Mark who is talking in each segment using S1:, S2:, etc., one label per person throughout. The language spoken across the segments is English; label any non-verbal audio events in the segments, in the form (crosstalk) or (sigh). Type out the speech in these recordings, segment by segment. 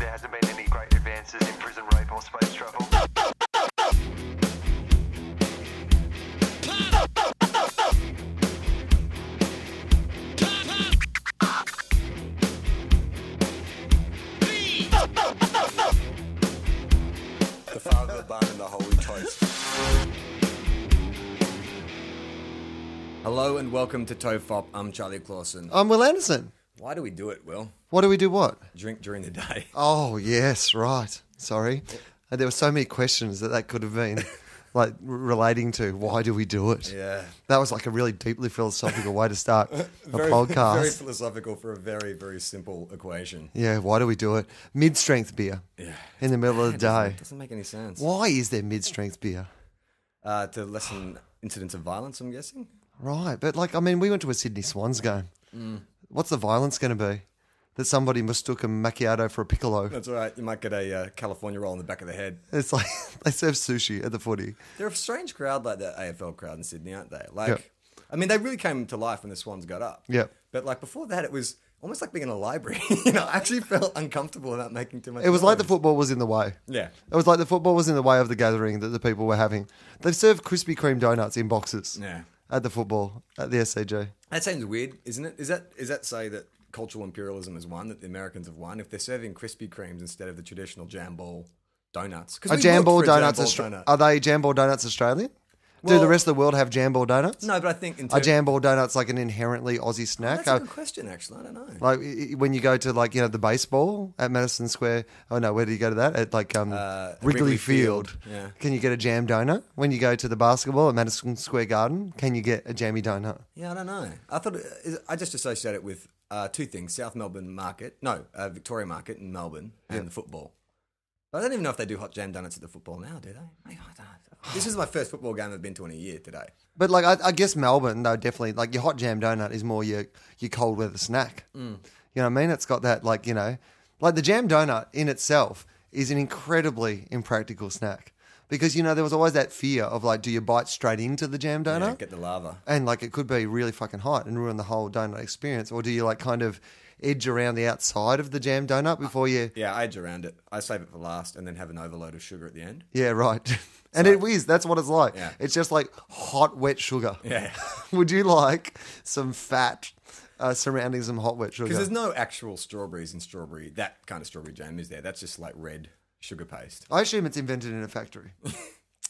S1: hasn't been any great advances in prison rape or space travel.
S2: The Father, the Bun, and the Holy Toast. Hello and welcome to Tofop. I'm Charlie Clausen.
S3: I'm Will Anderson.
S2: Why do we do it, Will?
S3: What do we do? What?
S2: Drink during the day.
S3: Oh, yes, right. Sorry. Uh, There were so many questions that that could have (laughs) been like r- relating to why do we do it?
S2: Yeah.
S3: That was like a really deeply philosophical way to (laughs) start a
S2: Very
S3: podcast.
S2: philosophical for a very, very simple equation.
S3: yeah, why do we do it? Mid strength beer
S2: Yeah.
S3: in the middle of the day.
S2: Doesn't, doesn't make any sense.
S3: Why is there mid strength beer?
S2: Uh, to lessen incidents of violence, I'm guessing.
S3: Right. But like, I mean, we went to a Sydney Swans game. Mm. What's the violence going to be? That somebody mistook a macchiato for a piccolo.
S2: That's all right. You might get a uh, California roll in the back of the head.
S3: It's like (laughs) they serve sushi at the footy.
S2: They're a strange crowd, like that AFL crowd in Sydney, aren't they? Like, I mean, they really came to life when the Swans got up.
S3: Yeah.
S2: But like before that, it was almost like being in a library. (laughs) you know, I actually felt uncomfortable about making too much.
S3: It was like the
S2: noise.
S3: football was in the way.
S2: Yeah.
S3: It was like the football was in the way of the gathering that the people were having. They've served Krispy Kreme donuts in boxes
S2: Yeah.
S3: at the football, at the SCG.
S2: That seems weird, isn't it? Is that is that say that cultural imperialism has won, that the Americans have won, if they're serving Krispy Kremes instead of the traditional jam ball donuts?
S3: Are
S2: Because
S3: jam ball donuts
S2: Austra-
S3: Austra- Are they jam ball donuts Australian? Do
S2: Well-
S3: the rest of the world have jam ball donuts?
S2: No, but I think in
S3: Are
S2: terms,
S3: jam ball donuts like an inherently Aussie snack?
S2: that's a
S3: Are-
S2: good question. Actually, I don't know.
S3: like i- i- when you go to like you know the baseball at Madison Square. Oh no, where do you go to that? At like um, Wrigley,
S2: Uh, Wrigley
S3: Field.
S2: Field, yeah.
S3: Can you get a jam donut? When you go to the basketball at Madison Square Garden, can you get a jammy donut?
S2: Yeah, I don't know. I thought uh, is- I just associate it with uh, two things: South Melbourne Market, no, uh, Victoria Market in Melbourne, and the football. But I don't even know if they do hot jam donuts at the football now, do they? I don't. This is my first football game I've been to in a year today.
S3: But like I, I guess Melbourne though definitely like your hot jam donut is more your your cold weather snack.
S2: Mm.
S3: You know what I mean? It's got that like you know, like the jam donut in itself is an incredibly impractical snack because you know there was always that fear of like do you bite straight into the jam donut?
S2: Yeah, get the lava.
S3: and like it could be really fucking hot and ruin the whole donut experience or do you like kind of edge around the outside of the jam donut before you
S2: Uh, Yeah, I edge around it. I save it for last, and then have an overload of sugar at the end.
S3: yeah right (laughs) and it is that's what it's like
S2: Yeah.
S3: it's just like hot wet sugar (laughs)
S2: Yeah.
S3: would you like some fat uh, surrounding some hot wet
S2: Because
S3: sugar
S2: there's no actual strawberries in strawberry. That kind of strawberry jam is there. That's just like red sugar paste.
S3: i assume it's invented in a factory
S2: (laughs) Yeah,
S3: do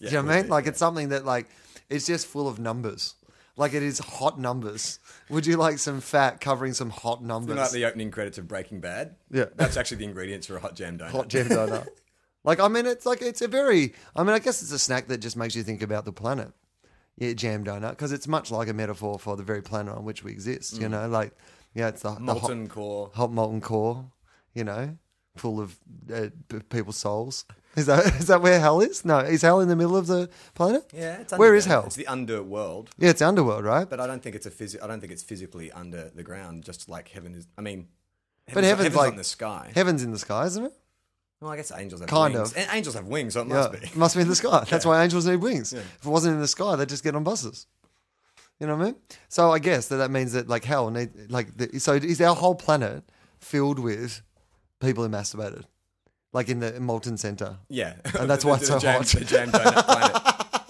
S3: you know what i
S2: it
S3: mean
S2: would be,
S3: like it's something that like it's just full of numbers like it is hot numbers would you like some fat covering some hot numbers
S2: like the opening credits of Breaking Bad.
S3: Yeah.
S2: that's actually the ingredients for a hot jam donut.
S3: hot jam
S2: (laughs)
S3: donut. like, I mean, it's like it's a very. I mean, I guess it's a snack that just makes you think about the planet. Yeah, jam donut because it's much like a metaphor for the very planet on which we exist. You know, like yeah, it's the, the hot,
S2: Mm. molten core.
S3: hot molten core. You know, full of uh, p- people's souls. Is that (laughs) is that where hell is? No, is hell in the middle of the planet?
S2: Yeah, it's
S3: where is
S2: underground.
S3: hell?
S2: It's the underworld,
S3: yeah, it's underworld, right?
S2: but I don't think it's a phys- I don't think it's physically under the ground. Just like heaven is. I mean, heaven's,
S3: But heaven's,
S2: not
S3: like
S2: in the sky.
S3: Heaven's in the sky, isn't it?
S2: well, I guess angels have
S3: Kind
S2: wings.
S3: of.
S2: And angels have wings, so it
S3: Yeah,
S2: must be.
S3: it must be in the
S2: (laughs)
S3: sky. That's why angels need wings. If it wasn't in the sky, they'd just get on buses. You know what I mean? So I guess that that means that like hell need like the, so is our whole planet filled with people who masturbated, like in the molten center?
S2: Yeah,
S3: And that's why it's so
S2: jam, (laughs)
S3: hot.
S2: The jam donut planet.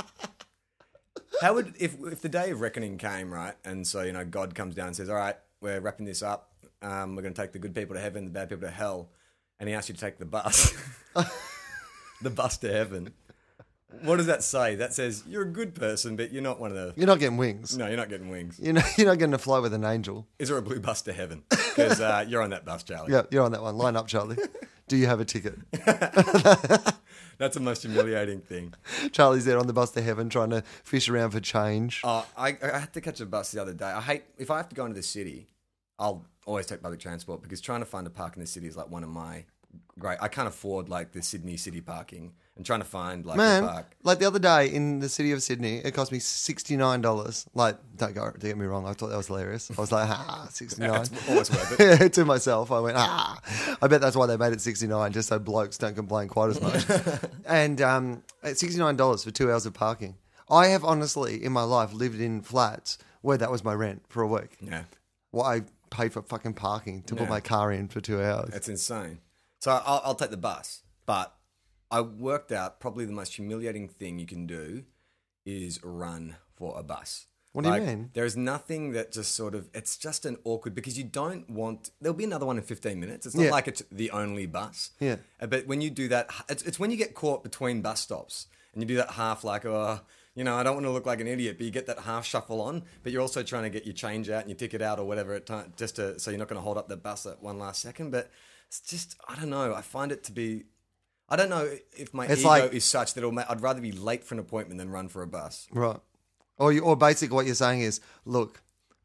S2: How would if if the day of reckoning came right, and so you know God comes down and says, "All right, we're wrapping this up. Um, we're going to take the good people to heaven, the bad people to hell," and He asks you to take the bus, (laughs) the bus to heaven. What does that say? That says you're a good person, but you're not one of the.
S3: You're not getting wings.
S2: No, you're not getting wings.
S3: You know, (laughs) you're not getting to fly with an angel.
S2: Is there a blue bus to heaven? Because uh, you're on that bus, Charlie.
S3: Yeah, you're on that one. Line up, Charlie. Do you have a ticket?
S2: That's the most humiliating thing.
S3: Charlie's there on the bus to heaven, trying to fish around for change.
S2: Uh, I, I had to catch a bus the other day. I hate if I have to go into the city, I'll always take public transport because trying to find a park in the city is like one of my great. I can't afford like the Sydney city parking and trying to find like a
S3: Man,
S2: park.
S3: like the other day in the city of Sydney, it cost me sixty nine dollars. Like, don't go, don't get me wrong. I thought that was hilarious. I was like, ah, sixty nine.
S2: Oh, It's
S3: (laughs)
S2: always worth it.
S3: to myself, I went, ah, I bet that's why they made it sixty nine, just so blokes don't complain quite as much. and um, at sixty nine dollars for two hours of parking, I have honestly in my life lived in flats where that was my rent for a week.
S2: Yeah,
S3: What I pay for fucking parking to put
S2: Yeah.
S3: my car in for two hours.
S2: that's insane. So I'll, I'll take the bus. But I worked out probably the most humiliating thing you can do is run for a bus.
S3: What do you mean?
S2: There is nothing that just sort of, it's just an awkward because you don't want, there'll be another one in 15 minutes. It's not
S3: Yeah.
S2: like it's the only bus.
S3: Yeah.
S2: Uh, But when you do that, it's, it's when you get caught between bus stops and you do that half like, oh, you know, I don't want to look like an idiot, but you get that half shuffle on, but you're also trying to get your change out and your ticket out or whatever at time, just to, so you're not going to hold up the bus at one last second. But it's just, I don't know. I find it to be, I don't know if my
S3: It's
S2: ego
S3: like-
S2: is such that it'll ma- I'd rather be late for an appointment than run for a
S3: (laughs)
S2: bus.
S3: Right. Or, you, or basically, what you're saying is, look,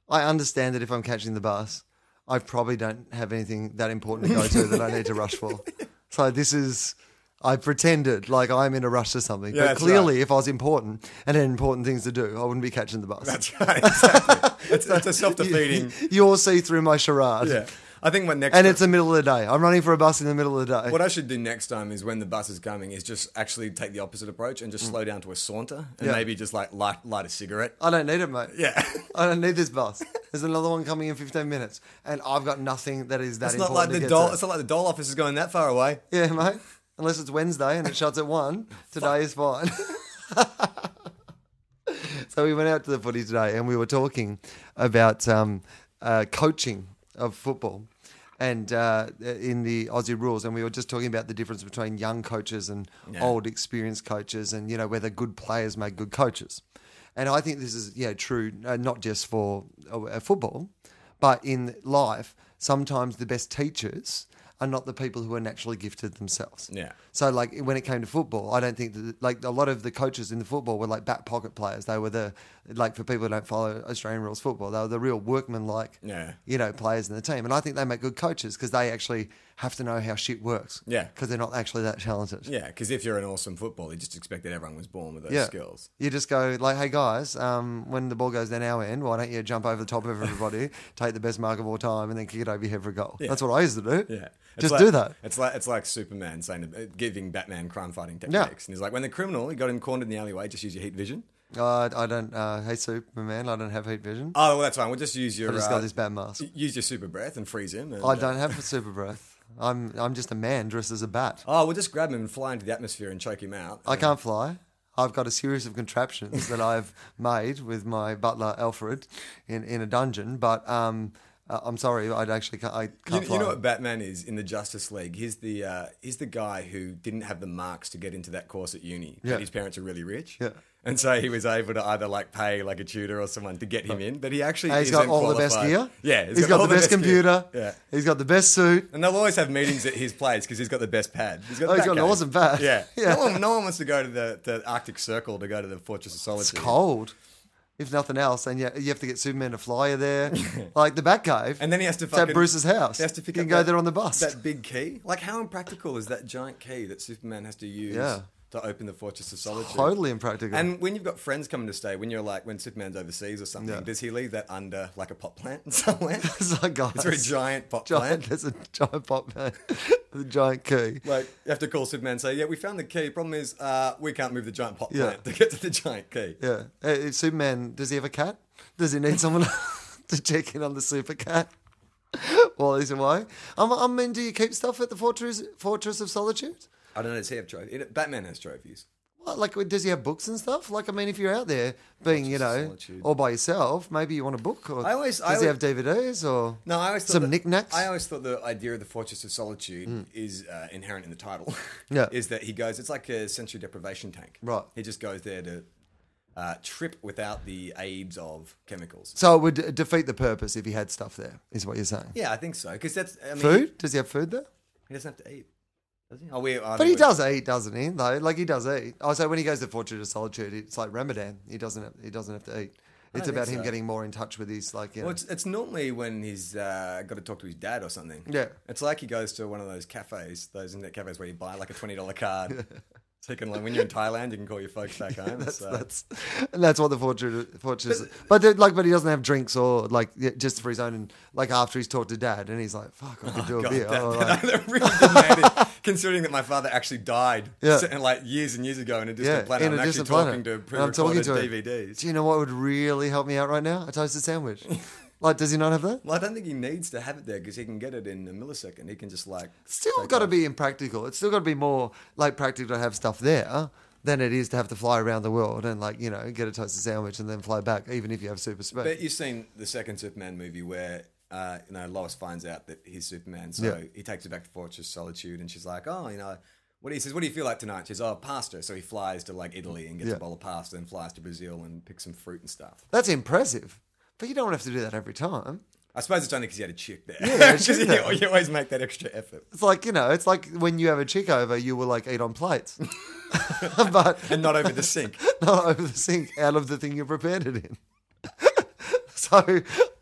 S3: I understand that if I'm catching the bus, I probably don't have anything that important to go to that I need to
S2: (laughs)
S3: rush for. So this is, I pretended like I'm in a rush to something,
S2: Yeah,
S3: but
S2: that's
S3: clearly, if I was important and had important things to do, I wouldn't be catching the bus.
S2: That's right. Exactly. it's, it's a self defeating.
S3: (laughs) you all see through my charade.
S2: Yeah. I think my next.
S3: And it's the middle of the day. I'm running for a bus in the middle of the day.
S2: What I should do next time is when the bus is coming is just actually take the opposite approach and just slow down to a saunter and
S3: Mm. Yeah.
S2: maybe just like light, light a cigarette.
S3: (laughs) I don't need it, mate.
S2: Yeah.
S3: I don't need this bus. There's another one coming in 15 minutes, and I've got nothing that is that
S2: It's not
S3: important.
S2: like
S3: to
S2: the
S3: get
S2: doll.
S3: to.
S2: It's not like the doll office is going that far away.
S3: Yeah, mate. Unless it's Wednesday and it shuts at one, today is fine. so we went out to the footy today and we were talking about um, uh, coaching of football and uh, in the Aussie rules. And we were just talking about the difference between young coaches and old, experienced coaches, and you know whether good players make good coaches. And I think this is yeah true, uh, not just for uh, football, but in life. Sometimes the best teachers are not the people who are naturally gifted themselves.
S2: Yeah.
S3: So like when it came to football, I don't think that like a lot of the coaches in the football were like back pocket players. They were the like for people who don't follow Australian rules football, they were the real workman like
S2: Yeah.
S3: you know players in the team. And I think they make good coaches because they actually have to know how shit works.
S2: Yeah.
S3: Because they're not actually that talented.
S2: Yeah, because if you're an awesome footballer, you just expect that everyone was born with those skills.
S3: You just go like, "Hey guys, um, when the ball goes down our end, why don't you jump over the top
S2: (laughs)
S3: of everybody, take the best mark of all time, and then kick it over your head for a goal?" That's what I used to do.
S2: Yeah. It's
S3: just
S2: like-
S3: do that.
S2: It's like it's like Superman saying uh, giving Batman crime fighting techniques, and he's like, when the criminal you got him cornered in the alleyway, just use your heat vision.
S3: Uh, I don't. Uh, hey Superman, I don't have heat vision.
S2: Oh, well, that's fine. We'll just use your.
S3: I just
S2: uh,
S3: got this bad mask.
S2: Use your super breath and freeze him. and,
S3: I
S2: uh,
S3: don't have super breath. I'm I'm just a man dressed as a bat.
S2: Oh, we'll just grab him and fly into the atmosphere and choke him out.
S3: I can't fly. I've got a series of contraptions that I've (laughs) made with my butler Alfred in, in a dungeon. But um, uh, I'm sorry, I actually can't. I
S2: You,
S3: can't
S2: you
S3: fly.
S2: know what Batman is in the Justice League? He's the uh, he's the guy who didn't have the marks to get into that course at uni.
S3: Yeah.
S2: But his parents are really rich.
S3: Yeah.
S2: And so he was able to either like pay like a tutor or someone to get him in. But he actually
S3: And he's got
S2: isn't
S3: all the best
S2: qualified.
S3: gear.
S2: Yeah.
S3: he's got,
S2: all
S3: the best,
S2: gear.
S3: computer.
S2: Yeah.
S3: he's got the best suit.
S2: And they'll always have meetings at his place because he's got the best pad. He's got,
S3: Oh, he's
S2: that
S3: got an
S2: going.
S3: awesome pad.
S2: Yeah.
S3: (laughs) Yeah.
S2: No, one, no one wants to go to the, the Arctic Circle to go to the Fortress of Solitude.
S3: It's cold. If nothing else, and you, you have to get Superman to fly
S2: (laughs)
S3: you there, like the Batcave.
S2: And then he has to
S3: It's at
S2: fucking-
S3: Bruce's house.
S2: He has to pick
S3: you
S2: up
S3: can go
S2: that-
S3: there on the bus.
S2: That big key. Like, how impractical is that giant key that Superman has to use
S3: Yeah.
S2: to open the Fortress of Solitude?
S3: totally impractical.
S2: And when you've got friends coming to stay, when you're like, when Superman's overseas or something,
S3: Yeah.
S2: does he leave that under like a pot plant (laughs) somewhere?
S3: (laughs) (laughs) it's like guys,
S2: it's a very giant pot plant.
S3: giant. There's a giant pop man (laughs) with a giant key.
S2: Like, you have to call Superman and say, yeah, we found the key. Problem is, uh, we can't move the giant pot
S3: Yeah.
S2: plant to get to the giant key.
S3: Yeah. Uh, if Superman, does he have a cat? Does he need someone (laughs) to check in on the super cat (laughs) while he's away? I'm, I mean, do you keep stuff at the Fortress, Fortress of Solitude?
S2: I don't know, does he have trophies? Batman has trophies.
S3: What, like, does he have books and stuff? Like, I mean, if you're out there being, you
S2: Fortress of
S3: know,
S2: Solitude.
S3: all by yourself, maybe you want a book. Or
S2: I always-
S3: does
S2: I
S3: he have
S2: always-
S3: DVDs or
S2: No, I always thought
S3: some
S2: that-
S3: knickknacks? Hmm.
S2: I always thought the idea of the Fortress of Solitude is uh, inherent in the title.
S3: Yeah.
S2: (laughs) is that he goes? It's like a sensory deprivation tank.
S3: Right.
S2: He just goes there to uh, trip without the aids of chemicals.
S3: so it would de- defeat the purpose if he had stuff there, is what you're saying.
S2: Yeah, I think so. Because that's I mean,
S3: Food? Does he have food there?
S2: He doesn't have to eat, does he? Oh, we. I
S3: But
S2: think
S3: he
S2: we-
S3: does eat, doesn't he? Though, like he does eat. Oh, so when he goes to Fortress of Solitude, it's like Ramadan. He doesn't. Have, he doesn't have to eat. It's
S2: think
S3: about him
S2: so.
S3: getting more in touch with his like. You know,
S2: Well, it's, it's normally when he's uh, got to talk to his dad or something.
S3: Yeah.
S2: It's like he goes to one of those cafes, those internet cafes where you buy like a twenty dollar
S3: (laughs)
S2: card. So you can, like, when you're in Thailand, you can call your folks back home.
S3: that's
S2: so.
S3: that's and that's what the Fortress. Fortress. But, but like, but he doesn't have drinks or like yeah, just for his own. And like after he's talked to dad, and he's like, "Fuck, I could do a
S2: God,
S3: beer."
S2: that,
S3: Oh,
S2: that-
S3: like,
S2: (laughs) that really demanded, considering that my father actually died
S3: Yeah.
S2: so- like years and years ago in a distant
S3: yeah,
S2: planet.
S3: in
S2: I'm
S3: a
S2: actually
S3: distant
S2: talking
S3: planet.
S2: to
S3: And I'm talking
S2: pre-recorded
S3: to him.
S2: DVDs. (laughs)
S3: Do you know what would really help me out right now? A toasted sandwich. Like, does he not have that?
S2: Well, I don't think he needs to have it there because he can get it in a millisecond. He can just like
S3: Still
S2: take
S3: got to
S2: off.
S3: be impractical. It's still got to be more like practical to have stuff there than it is to have to fly around the world and like you know get a toasted sandwich and then fly back, even if you have super speed.
S2: But you've seen the second Superman movie where uh, you know Lois finds out that he's Superman, so
S3: Yeah.
S2: he takes her back to Fortress Solitude, and she's like, "Oh, you know." What he says, what do you feel like tonight? She's oh, pasta. So he flies to like Italy and gets
S3: Yeah.
S2: a bowl of pasta, and flies to Brazil and picks some fruit and stuff.
S3: That's impressive. But you don't have to do that every time.
S2: I suppose it's only because he had a chick there.
S3: Yeah,
S2: (laughs)
S3: a
S2: 'Cause
S3: chick
S2: you-
S3: there.
S2: you always make that extra effort
S3: It's like, you know, it's like when you have a chick over, you will like eat on plates. (laughs) but
S2: and not over the (laughs) sink.
S3: (laughs) not over the sink, out of the thing you prepared it in. (laughs) so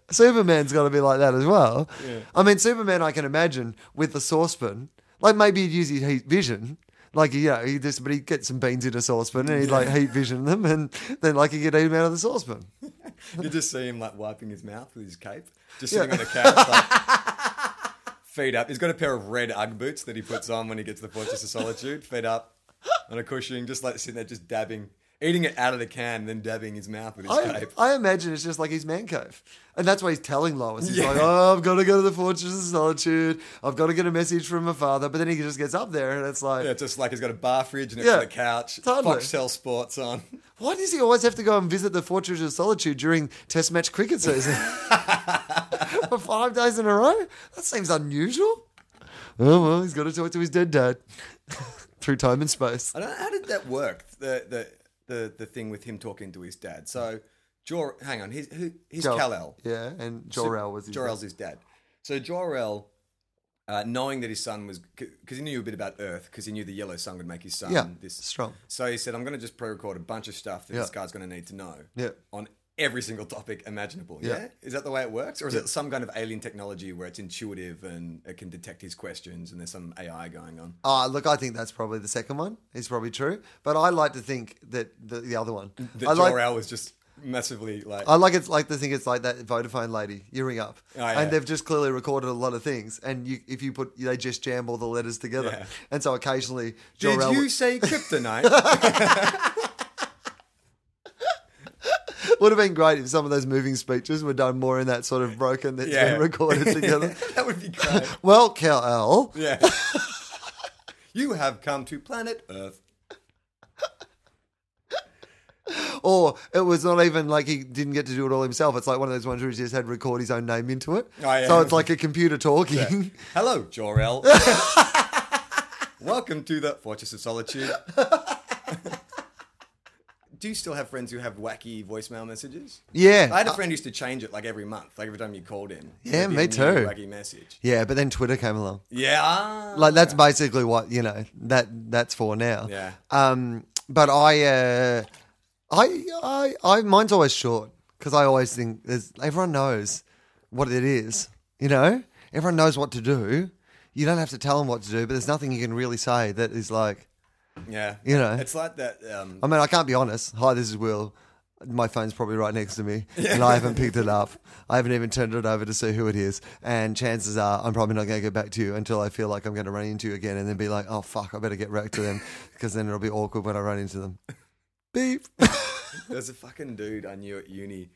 S3: Superman's got to be like that as well. I mean, Superman, I can imagine with the saucepan, like maybe he'd use his heat vision. Like, you know, he just, but he'd get some beans in a saucepan and he'd like heat vision them and then like he'd eat them out of the saucepan.
S2: You just see him like wiping his mouth with his cape, just sitting on the couch, like (laughs) feet up. He's got a pair of red UGG boots that he puts on when he gets to the Fortress of Solitude, feet up on a cushion, just like sitting there, just dabbing, eating it out of the can, then dabbing his mouth with his
S3: I,
S2: cape.
S3: I imagine it's just like his man cave. And that's why he's telling Lois. He's
S2: Yeah.
S3: like, oh, I've got to go to the Fortress of Solitude. I've got to get a message from my father. But then he just gets up there and it's like,
S2: Yeah, it's just like he's got a bar fridge next
S3: Yeah,
S2: to the couch,
S3: totally.
S2: Foxtel Sports on.
S3: why does he always have to go and visit the Fortress of Solitude during Test match
S2: (laughs)
S3: cricket season? For five days in a row? That seems unusual. Oh, well, he's got to talk to his dead dad (laughs) through time and space.
S2: I don't know, how did that work? The, the, the, the thing with him talking to his dad. So, Jor, hang on, he's, who, he's
S3: Jor-
S2: Kal-El.
S3: Yeah, and Jor-El was his
S2: Jor-El's his dad. So Jor-El, uh, knowing that his son was, because he knew a bit about Earth, because he knew the yellow sun would make his son
S3: Yeah,
S2: this
S3: strong.
S2: So he said, "I'm going to just pre-record a bunch of stuff that this
S3: Yeah.
S2: guy's going to need to know
S3: Yeah.
S2: on every single topic imaginable."
S3: Yeah.
S2: Yeah. is that the way it works, or is it some kind of alien technology where it's intuitive and it can detect his questions, and there's some AI going on?
S3: Ah, look, I think that's probably the second one. It's probably true, but I like to think that the, the other one.
S2: That
S3: I like.
S2: Jor-El was just massively like.
S3: I like it's like the thing. It's like that Vodafone lady. You ring up,
S2: Oh, yeah.
S3: and they've just clearly recorded a lot of things. And you, if you put, they just jam all the letters together.
S2: Yeah.
S3: And so occasionally,
S2: Did
S3: Jor-El,
S2: you say kryptonite?
S3: it would have been great if some of those moving speeches were done more in that sort of broken
S2: (laughs)
S3: that's
S2: Yeah.
S3: been
S2: (laughs)
S3: recorded together.
S2: that would be great.
S3: well, Cal Al,
S2: Yeah.
S3: (laughs)
S2: you have come to planet Earth.
S3: or it was not even like he didn't get to do it all himself. It's like one of those ones where he just had record his own name into it.
S2: Oh, yeah.
S3: So it's like a computer talking.
S2: Hello,
S3: (laughs)
S2: Jor-El. Welcome to the Fortress of
S3: (laughs)
S2: Solitude. Do you still have friends who have wacky voicemail messages?
S3: (laughs) Yeah, Uh,
S2: I had a friend who used to change it like every month, like every time you called in.
S3: Yeah,
S2: there'd be a
S3: me
S2: new
S3: too.
S2: Wacky message.
S3: Yeah, but then Twitter came along.
S2: Yeah. ah.
S3: Like that's basically what you know that that's for now.
S2: Yeah.
S3: Um, but I, uh, I, I, I, mine's always short because I always think there's everyone knows what it is. You know, everyone knows what to do. You don't have to tell them what to do, but there's nothing you can really say that is like.
S2: yeah.
S3: you know.
S2: It's like that. Um,
S3: I mean, I can't be honest. Hi, this is Will. My phone's probably right next
S2: (laughs)
S3: to me, and I haven't picked it up. I haven't even turned it over to see who it is. And chances are, I'm probably not going to get back to you until I feel like I'm going to run into you again, and then be like, "Oh fuck, I better get back
S2: (laughs)
S3: to them," because then it'll be awkward when I run into them. Beep.
S2: There's a fucking dude I knew at uni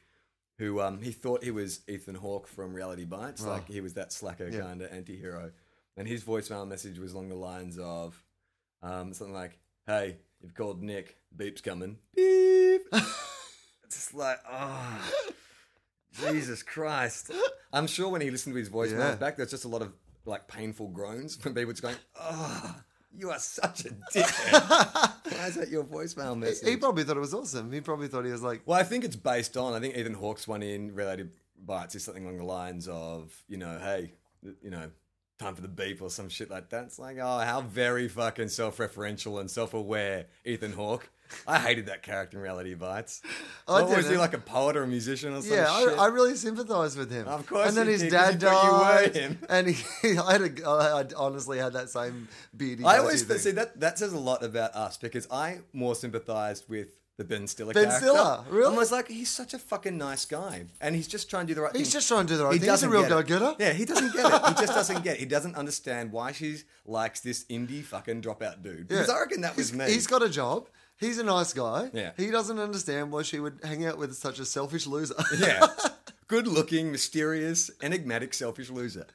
S2: who um he thought he was Ethan Hawke from Reality Bites, like he was that slacker
S3: Oh. Yeah.
S2: kind of anti-hero. And his voicemail message was along the lines of um something like, "Hey, you've called Nick. Beep's coming. Beep." (laughs) It's just like, oh, Jesus Christ! I'm sure when he listened to his voicemail
S3: Yeah.
S2: back, there's just a lot of like painful groans from people just going, "Oh, you are such a dick."
S3: (laughs)
S2: Why is that your voicemail message?
S3: (laughs) he probably thought it was awesome. He probably thought he was like,
S2: Well, I think it's based on. I think Ethan Hawke's one in Related Bites is something along the lines of, you know, hey, you know, time for the beep or some shit like that. It's like, oh, how very fucking self-referential and self-aware Ethan Hawke. I hated that character in Reality
S3: (laughs)
S2: Bites.
S3: I
S2: I always
S3: didn't.
S2: he like a poet or a musician or some
S3: Yeah, I,
S2: shit.
S3: I really sympathised with him.
S2: Of course
S3: And then
S2: you
S3: his
S2: did, 'cause
S3: dad
S2: you thought you
S3: died.
S2: were him.
S3: (laughs) And he, I, had a, I honestly had that same beardy.
S2: I
S3: goatee
S2: always
S3: thing.
S2: see that that says a lot about us because I more sympathised with the Ben Stiller.
S3: Ben
S2: character.
S3: Stiller, really?
S2: I'm always like he's such a fucking nice guy, and he's just trying to do the right thing.
S3: He's just trying to do the right
S2: He
S3: thing. He's a
S2: doesn't
S3: real
S2: get it.
S3: go-getter.
S2: Yeah, he doesn't get it. He just doesn't get. It. He doesn't understand why she likes this indie fucking dropout dude. Because I reckon that was
S3: he's,
S2: me.
S3: He's got a job. He's a nice guy.
S2: Yeah. (laughs)
S3: He doesn't understand why she would hang out with such a selfish loser.
S2: (laughs)
S3: (laughs)
S2: yeah. good looking, mysterious, enigmatic, selfish loser.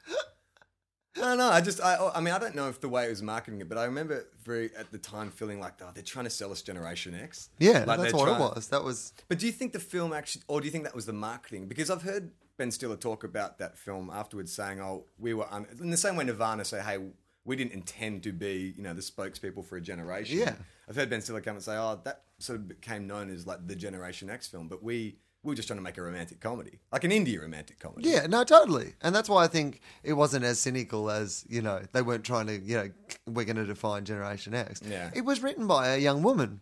S2: I don't know. I just, I, I mean, I don't know if the way it was marketing it, but I remember very at the time feeling like, oh, they're trying to sell us Generation X.
S3: Yeah,
S2: Like,
S3: that's
S2: they're
S3: what
S2: trying-
S3: it was. That was
S2: But do you think the film actually, or do you think that was the marketing? Because I've heard Ben Stiller talk about that film afterwards, saying, "Oh, we were un-, in the same way Nirvana say, hey, we didn't intend to be, you know, the spokespeople for a generation."
S3: Yeah.
S2: I've heard Ben Stiller come and say, "Oh, that sort of became known as like the Generation X film," but we. We were just trying to make a romantic comedy, like an indie romantic comedy.
S3: yeah, no, totally, and that's why I think it wasn't as cynical as you know they weren't trying to you know we're going to define Generation X.
S2: Yeah.
S3: it was written by a young woman,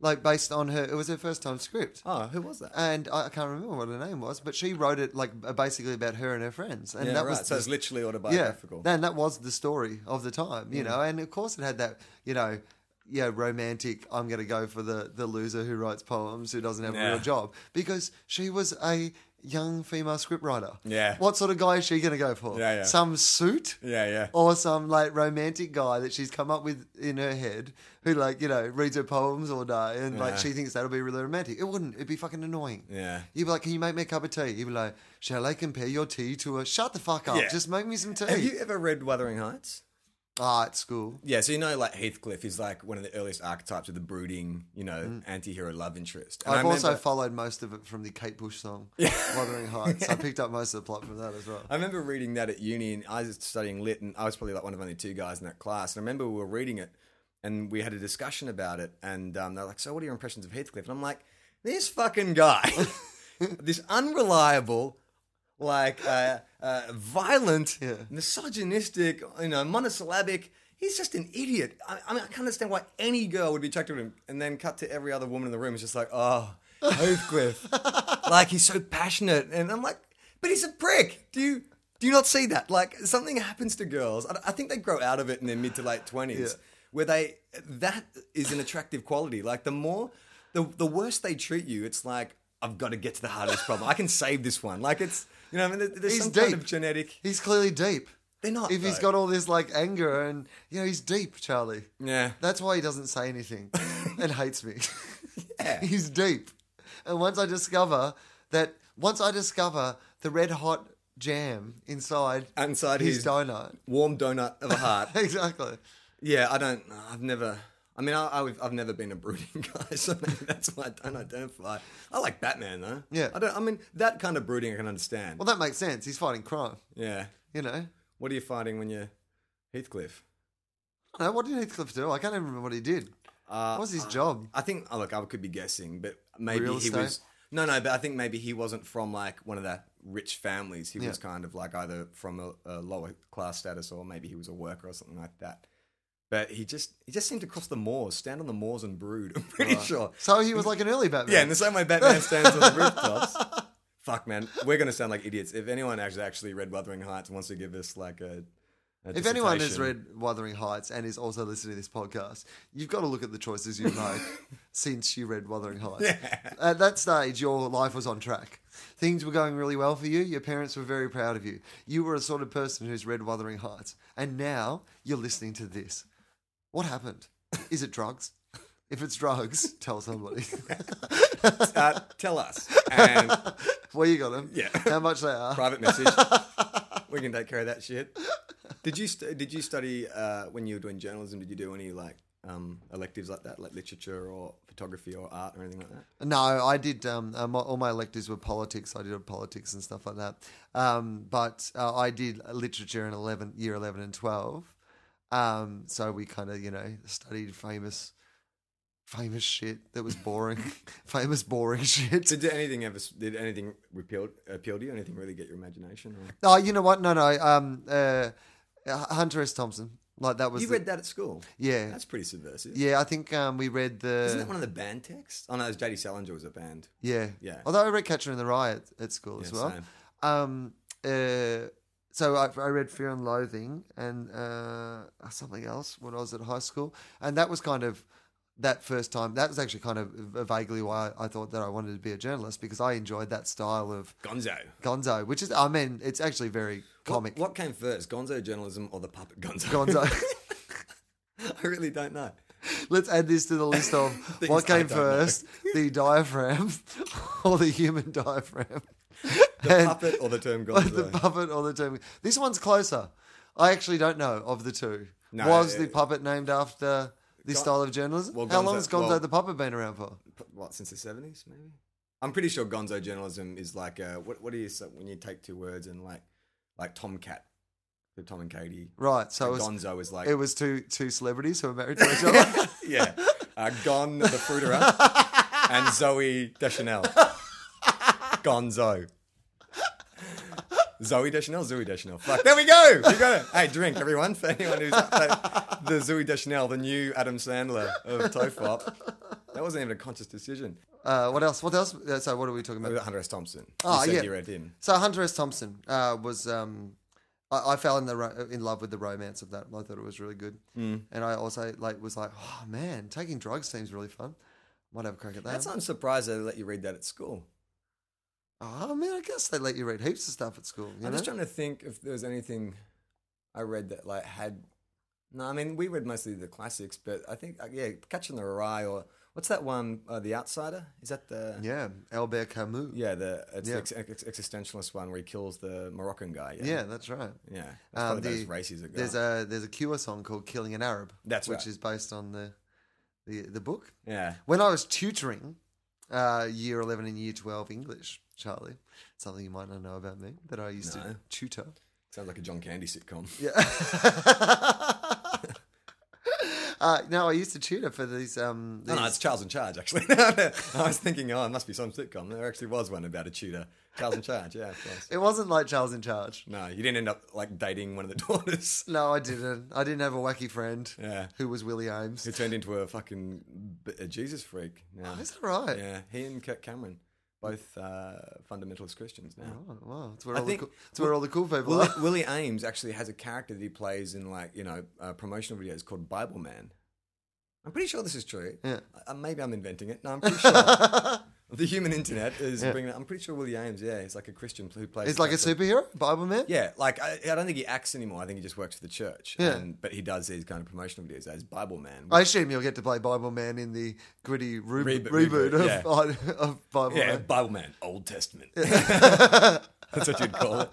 S3: like based on her. It was her first time script.
S2: Oh, who was that?
S3: and I I can't remember what her name was, but she wrote it like basically about her and her friends, and
S2: yeah,
S3: that
S2: right.
S3: was
S2: so
S3: the-
S2: it's literally
S3: yeah,
S2: autobiographical.
S3: and that was the story of the time, you know, and of course it had that, you know, yeah, romantic. I'm going to go for the the loser who writes poems who doesn't have a
S2: Yeah.
S3: real job because she was a young female scriptwriter.
S2: Yeah.
S3: what sort of guy is she going to go for?
S2: Yeah, yeah.
S3: some suit
S2: yeah, yeah.
S3: or some like romantic guy that she's come up with in her head who like you know reads her poems all day and like
S2: Yeah.
S3: she thinks that'll be really romantic it wouldn't it'd be fucking annoying
S2: Yeah.
S3: you'd be like can you make me a cup of tea you'd be like shall i compare your tea to a shut the fuck up
S2: Yeah.
S3: just make me some
S2: Have
S3: tea
S2: you ever read Wuthering Heights?
S3: ah at school
S2: Yeah, so you know, like Heathcliff is like one of the earliest archetypes of the brooding, you know, anti-hero love interest. And I
S3: Mm. I've also
S2: remember-
S3: followed most of it from the Kate Bush
S2: (laughs)
S3: song, Wuthering Heights. I picked up most of the plot from that as well.
S2: I remember reading that at uni, and I was studying lit, and I was probably like one of only two guys in that class. And I remember we were reading it, and we had a discussion about it, and um, they're like, "So, what are your impressions of Heathcliff?" And I'm like, "This fucking guy, (laughs) this unreliable, like uh, uh, violent,
S3: Yeah.
S2: misogynistic, you know, monosyllabic." He's just an idiot. I, I mean, I can't understand why any girl would be attracted to him. And then cut to every other woman in the room. It's just like, oh,
S3: (laughs)
S2: Heathcliff. like he's so passionate, and I'm like, but he's a prick. Do you do you not see that? Like something happens to girls. I, I think they grow out of it in their mid to late twenties,
S3: Yeah.
S2: where they that is an attractive quality. Like the more the the worse they treat you, it's like I've got to get to the heart of this problem. I can save this one. Like it's you know, I mean, there- there's
S3: He's
S2: some kind
S3: deep.
S2: of genetic.
S3: He's clearly deep.
S2: They're not.
S3: If he's
S2: though.
S3: got all this like anger and you know he's deep, Charlie.
S2: yeah,
S3: That's why he doesn't
S2: (laughs)
S3: say anything and hates me. (laughs)
S2: Yeah.
S3: He's deep. And once I discover that, once I discover the red hot jam inside,
S2: Inside
S3: his,
S2: his-
S3: donut, (laughs)
S2: (laughs) warm donut of a heart.
S3: exactly.
S2: Yeah, I don't. I've never. I mean, I, I've, I've never been a brooding (laughs) guy, so maybe that's why I don't identify. I like Batman though.
S3: Yeah.
S2: I don't. I mean, that kind of brooding I can understand.
S3: Well, that makes sense. He's fighting crime,
S2: yeah.
S3: you know.
S2: What are you fighting when you're Heathcliff?
S3: I don't know, what did Heathcliff do? I can't even remember what he did.
S2: Uh,
S3: what was his job?
S2: I think. Oh, look, I could be guessing, but maybe
S3: Real
S2: he
S3: estate?
S2: was. No, no, but I think maybe he wasn't from like one of the rich families. He was
S3: Yeah.
S2: kind of like either from a, a lower class status or maybe he was a worker or something like that. But he just he just seemed to cross the moors, stand on the moors and brood. (laughs) I'm pretty sure.
S3: So he was like an early Batman.
S2: Yeah, in the same way Batman stands on the rooftops. (laughs) Fuck, man, we're gonna sound like idiots. If anyone actually actually read *Wuthering Heights* and wants to give us like a, a
S3: If anyone has
S2: dissertation-
S3: read Wuthering Heights and is also listening to this podcast, you've got to look at the choices you
S2: (laughs)
S3: made since you read Wuthering Heights. At that stage, your life was on track. Things were going really well for you. Your parents were very proud of you. You were a sort of person who's read Wuthering Heights. And now you're listening to this. What happened? Is it drugs? If it's drugs,
S2: (laughs)
S3: tell somebody
S2: uh, tell us and
S3: where you got them,
S2: Yeah.
S3: how much they are.
S2: private
S3: (laughs)
S2: message. We can take care of that shit. Did you st- did you study uh, when you were doing journalism? Did you do any like um, electives like that, like literature or photography or art or anything like that?
S3: No, I did. Um, uh, my, all my electives were politics. I did politics and stuff like that. Um, but uh, I did literature in eleven, year eleven and twelve. Um, so we kind of, you know, studied famous, famous shit that
S2: (laughs)
S3: was boring, famous boring shit.
S2: Did anything ever s- did anything appeal appeal to you? Anything really get your imagination? Or?
S3: Oh, you know what? No, no. Um, uh, Hunter S. Thompson, like that was.
S2: You
S3: the-
S2: read that at school?
S3: yeah,
S2: That's pretty subversive.
S3: yeah. I think um, we read the.
S2: Isn't that one of the band texts? Oh no, it was J.D. Salinger was a band.
S3: Yeah.
S2: Yeah.
S3: Although I read Catcher in the Rye at, at school as
S2: Yeah,
S3: well.
S2: same.
S3: Um, uh, so I, I read Fear and Loathing and uh, something else when I was at high school. And that was kind of that first time. That was actually kind of vaguely why I thought that I wanted to be a journalist because I enjoyed that style of
S2: Gonzo.
S3: gonzo, which is, I mean, it's actually very comic.
S2: What, what came first, Gonzo journalism or the puppet Gonzo?
S3: Gonzo.
S2: (laughs)
S3: (laughs)
S2: I really don't know.
S3: Let's add this to the list of
S2: (laughs) Things
S3: what
S2: I
S3: came
S2: don't know.
S3: (laughs) first, the diaphragm or the human diaphragm.
S2: (laughs) the puppet or the term
S3: (laughs) the
S2: Godzilla?
S3: puppet or the term. This one's closer. I actually don't know of the two.
S2: No,
S3: was
S2: it-
S3: the puppet named after this
S2: Gon-
S3: style of journalism?
S2: Well,
S3: How
S2: Gonzo-
S3: long has Gonzo
S2: well-
S3: the puppet been around for?
S2: what since the seventies, maybe? I'm pretty sure Gonzo journalism is like uh, what? What do you say when you take two words and like like Tomcat, the Tom and Katie?
S3: Right, so it was,
S2: Gonzo is like
S3: it was two two celebrities who were married to each other.
S2: (laughs) yeah, uh, Gon the
S3: (laughs)
S2: fruiterer and Zoe Deschanel. Gonzo. Zoe Deschanel, Zoe Deschanel. Fuck, there we go. We got it. Hey, drink everyone for anyone who's the Zoe Deschanel, the new Adam Sandler of Tofop. That wasn't even a conscious decision.
S3: uh, what else? What else? Uh, So what are we talking
S2: What
S3: about?
S2: about Hunter S. Thompson? You
S3: Ah,
S2: said
S3: yeah.
S2: you read him.
S3: So Hunter S. Thompson uh, was. Um, I, I fell in the ro- uh, in love with the romance of that. I thought it was really good, mm. and I also like was like, oh man, taking drugs seems really fun. Might have a crack at that.
S2: That's I'm surprised they let you read that at school.
S3: oh man, I guess they let you read heaps of stuff at school. You
S2: I'm
S3: know?
S2: just trying to think if there was anything I read that like had. No, I mean we read mostly the classics, but I think uh, yeah, Catching the Rye or what's that one? Uh, the Outsider is that the
S3: yeah, Albert Camus.
S2: yeah the it's
S3: Yeah.
S2: the ex- ex- existentialist one where he kills the Moroccan guy. Yeah,
S3: Yeah, that's right.
S2: yeah. That's
S3: Um,
S2: probably
S3: the-
S2: the, those races that go.
S3: There's a there's a Cure song called "Killing an Arab,"
S2: That's right.
S3: which is based on the the the book.
S2: yeah.
S3: When I was tutoring uh, year eleven and year twelve English, Charlie, something you might not know about me that I used to
S2: No.
S3: tutor.
S2: Sounds like a John Candy sitcom.
S3: Yeah. uh, no, I used to tutor for these. Um,
S2: No,
S3: these
S2: no, it's Charles in Charge actually. (laughs) I was thinking, oh, it must be some sitcom. There actually was one about a tutor. Charles in Charge, yeah, of course.
S3: it wasn't like Charles in Charge.
S2: No, you didn't end up like dating one of the (laughs) daughters.
S3: No, I didn't. I didn't have a wacky friend
S2: Yeah.
S3: who was Willie Ames.
S2: Who turned into a fucking b- a Jesus freak now.
S3: Is that right?
S2: Yeah, he and Kirk Cameron, both uh, fundamentalist Christians now.
S3: Oh, wow, it's where,
S2: I
S3: all the,
S2: think-
S3: cool, it's where all the cool people
S2: Willie,
S3: are.
S2: Willie Ames actually has a character that he plays in like you know uh, promotional videos called Bible Man. I'm pretty sure this is true.
S3: Yeah.
S2: Uh, maybe I'm inventing it. No, I'm
S3: (laughs)
S2: pretty sure. the human internet is bringing. I'm pretty sure Willie Ames. Yeah, he's like a Christian who plays.
S3: He's like a
S2: character-
S3: superhero, Bible man.
S2: Yeah, like I, I don't think he acts anymore. I think he just works for the church.
S3: Yeah.
S2: And, but he does these kind of promotional videos as Bible Man.
S3: I assume you'll get to play Bible Man in the gritty re-
S2: Reboot,
S3: reboot,
S2: reboot,
S3: of, of Bible
S2: Yeah,
S3: Man.
S2: Bible man, Old Testament. (laughs) That's what you'd call it.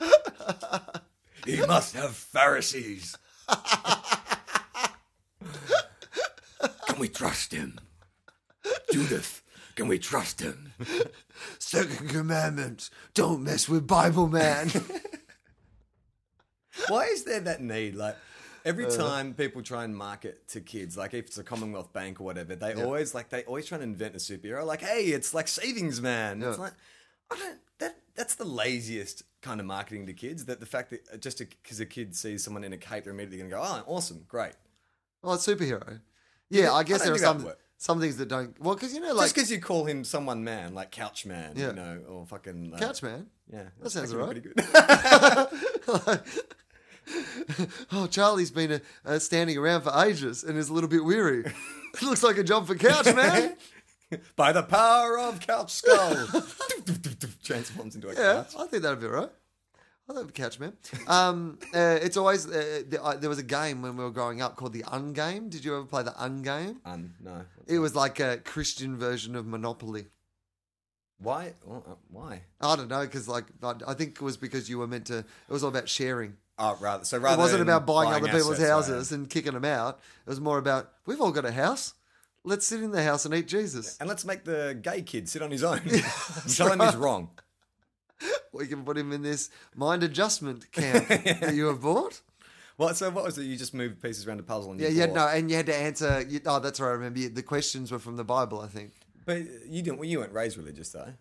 S3: (laughs)
S2: He must have Pharisees. (laughs) Can we trust him? Judith, can we trust him?
S3: Second commandment: Don't mess with Bible
S2: (laughs)
S3: Man.
S2: Why is there that need? Like
S3: Uh,
S2: every time people try and market to kids, like if it's a Commonwealth Bank or whatever, they always like they always try and invent a superhero. Like, hey, it's like savings man. It's
S3: Yeah.
S2: like I don't that that's the laziest kind of marketing to kids. That the fact that uh, just because a kid sees someone in a cape, they're immediately going to go, oh, awesome, great.
S3: oh, it's superhero. Yeah, I guess
S2: I don't
S3: there are
S2: think that
S3: some
S2: would.
S3: some things that don't. Well, because you know,
S2: Just
S3: like
S2: 'cause just because you call him someone man, like couch man,
S3: Yeah.
S2: you know, or fucking uh,
S3: Couch Man.
S2: Yeah,
S3: That sounds
S2: actually
S3: alright.
S2: pretty good. (laughs)
S3: Oh, Charlie's been uh, uh, standing around for ages and is a little bit
S2: (laughs)
S3: weary. (laughs) Looks like a job for Couch Man.
S2: By the power of couch skull,
S3: (laughs)
S2: (laughs) transforms into a
S3: Yeah,
S2: couch.
S3: I think that'd be all right. I think catch man. Um, uh, it's always uh, the, uh, there was a game when we were growing up called the Ungame. Did you ever play the Ungame?
S2: Um, no.
S3: It was like a Christian version of Monopoly.
S2: Why? Oh, uh, why?
S3: I don't know because like I I think it was because you were meant to. It was all about sharing.
S2: Oh, rather. So rather
S3: it wasn't
S2: than
S3: about buying, other
S2: assets,
S3: people's
S2: right?
S3: houses and kicking them out. It was more about we've all got a house. Let's sit in the house and eat Jesus.
S2: And let's make the gay kid sit on his
S3: (laughs)
S2: own. Tell him he's wrong.
S3: We can put him in this mind adjustment
S2: (laughs)
S3: camp that you have bought.
S2: Well, so what was it? You just moved pieces around a puzzle and
S3: Yeah,
S2: you
S3: yeah,
S2: bought-
S3: no, and you had to answer. You, oh, that's right. I remember you, the questions were from the Bible, I think.
S2: But you didn't. Well, you weren't raised religious though.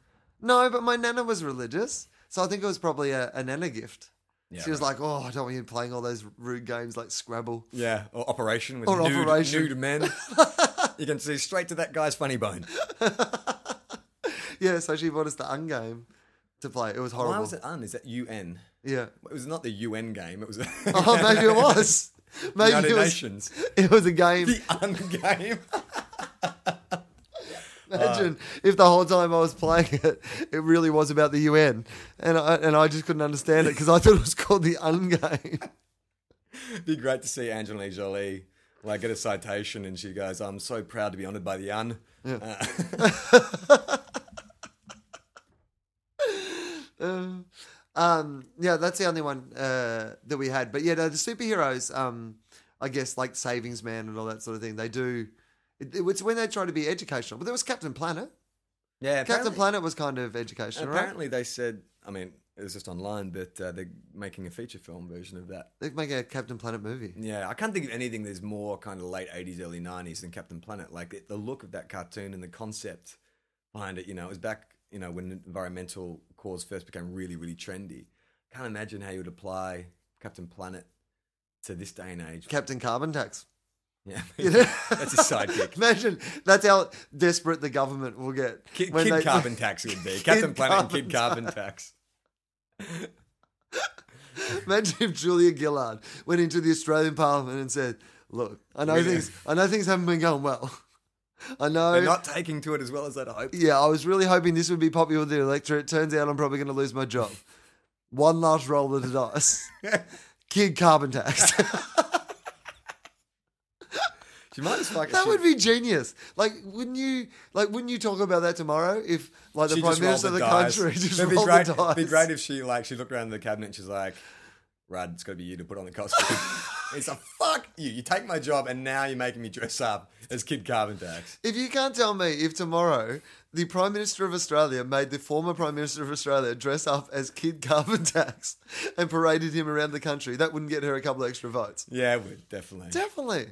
S3: No, but my nana was religious, so I think it was probably a, a nana gift.
S2: Yeah,
S3: she was
S2: right.
S3: like, "Oh, I don't want you playing all those rude games like Scrabble."
S2: Yeah, or operation with
S3: Or
S2: nude,
S3: Operation.
S2: nude
S3: (laughs)
S2: men. you can see straight to that guy's funny bone.
S3: Yeah, so she bought us the ungame to play. It was horrible.
S2: Why was it un? Is that un?
S3: Yeah. (laughs)
S2: It was not the UN game. It was
S3: Oh, maybe it
S2: (laughs)
S3: was. Maybe
S2: United
S3: it was.
S2: Nations.
S3: (laughs) It was
S2: (laughs)
S3: a game.
S2: The un game.
S3: Imagine if the whole time I was playing (laughs) it, it really was about the UN, and I, and I just couldn't understand it because I (laughs) thought it was called the ungame.
S2: It'd be great to see Angelina Jolie like get a citation and she goes, "I'm so proud to be honoured by the UN." Uh,
S3: Uh, (laughs) um, yeah, that's the only one uh, that we had. But yeah, no, the superheroes, um, I guess, like Savings Man and all that sort of thing, they do. It, it's when they try to be educational. But there was Captain Planet.
S2: Yeah,
S3: Captain
S2: apparently-
S3: Planet was kind of educational, right?
S2: Apparently, they said. I mean, it was just online, but uh, they're making a feature film version of that.
S3: They make a Captain Planet movie.
S2: Yeah, I can't think of anything that's more kind of late '80s, early '90s than Captain Planet. Like it, the look of that cartoon and the concept behind it. You know, it was back. You know, when environmental cause first became really, really trendy. Can't imagine how you would apply Captain Planet to this day and age.
S3: Captain Carbon Tax. (laughs)
S2: yeah,
S3: know?
S2: (laughs) that's his sidekick.
S3: Imagine that's how desperate the government will get.
S2: Kid,
S3: when
S2: Kid
S3: they- (laughs)
S2: Carbon Tax would be Captain Planet and Kid Carbon Tax.
S3: Imagine if Julia Gillard went into the Australian Parliament and said, "Look, I know
S2: Yeah.
S3: things. I know things haven't been going well. (laughs) I know.
S2: They're not taking to it as well as I'd hoped.
S3: yeah, I was really hoping this would be popular with the electorate. Turns out I'm probably going to lose my job. One last roll of the
S2: (laughs)
S3: dice. Kid carbon tax. (laughs)
S2: She might as fuck.
S3: that would be genius. Like, wouldn't you? Like, wouldn't you talk about that tomorrow? If like the
S2: She
S3: prime
S2: just rolled
S3: minister of the
S2: dice.
S3: country (laughs) just
S2: It'd be
S3: rolled
S2: great,
S3: the dice.
S2: It'd be great if she like she looked around the cabinet and she's like, "Rad, it's got to be you to put on the
S3: (laughs)
S2: costume." it's like, "Fuck you! You take my job, and now you're making me dress up as Kid Carbon Tax."
S3: If you can't tell me if tomorrow the Prime Minister of Australia made the former Prime Minister of Australia dress up as Kid Carbon (laughs) Tax and paraded him around the country, that wouldn't get her a couple extra votes.
S2: Yeah, it would definitely.
S3: Definitely.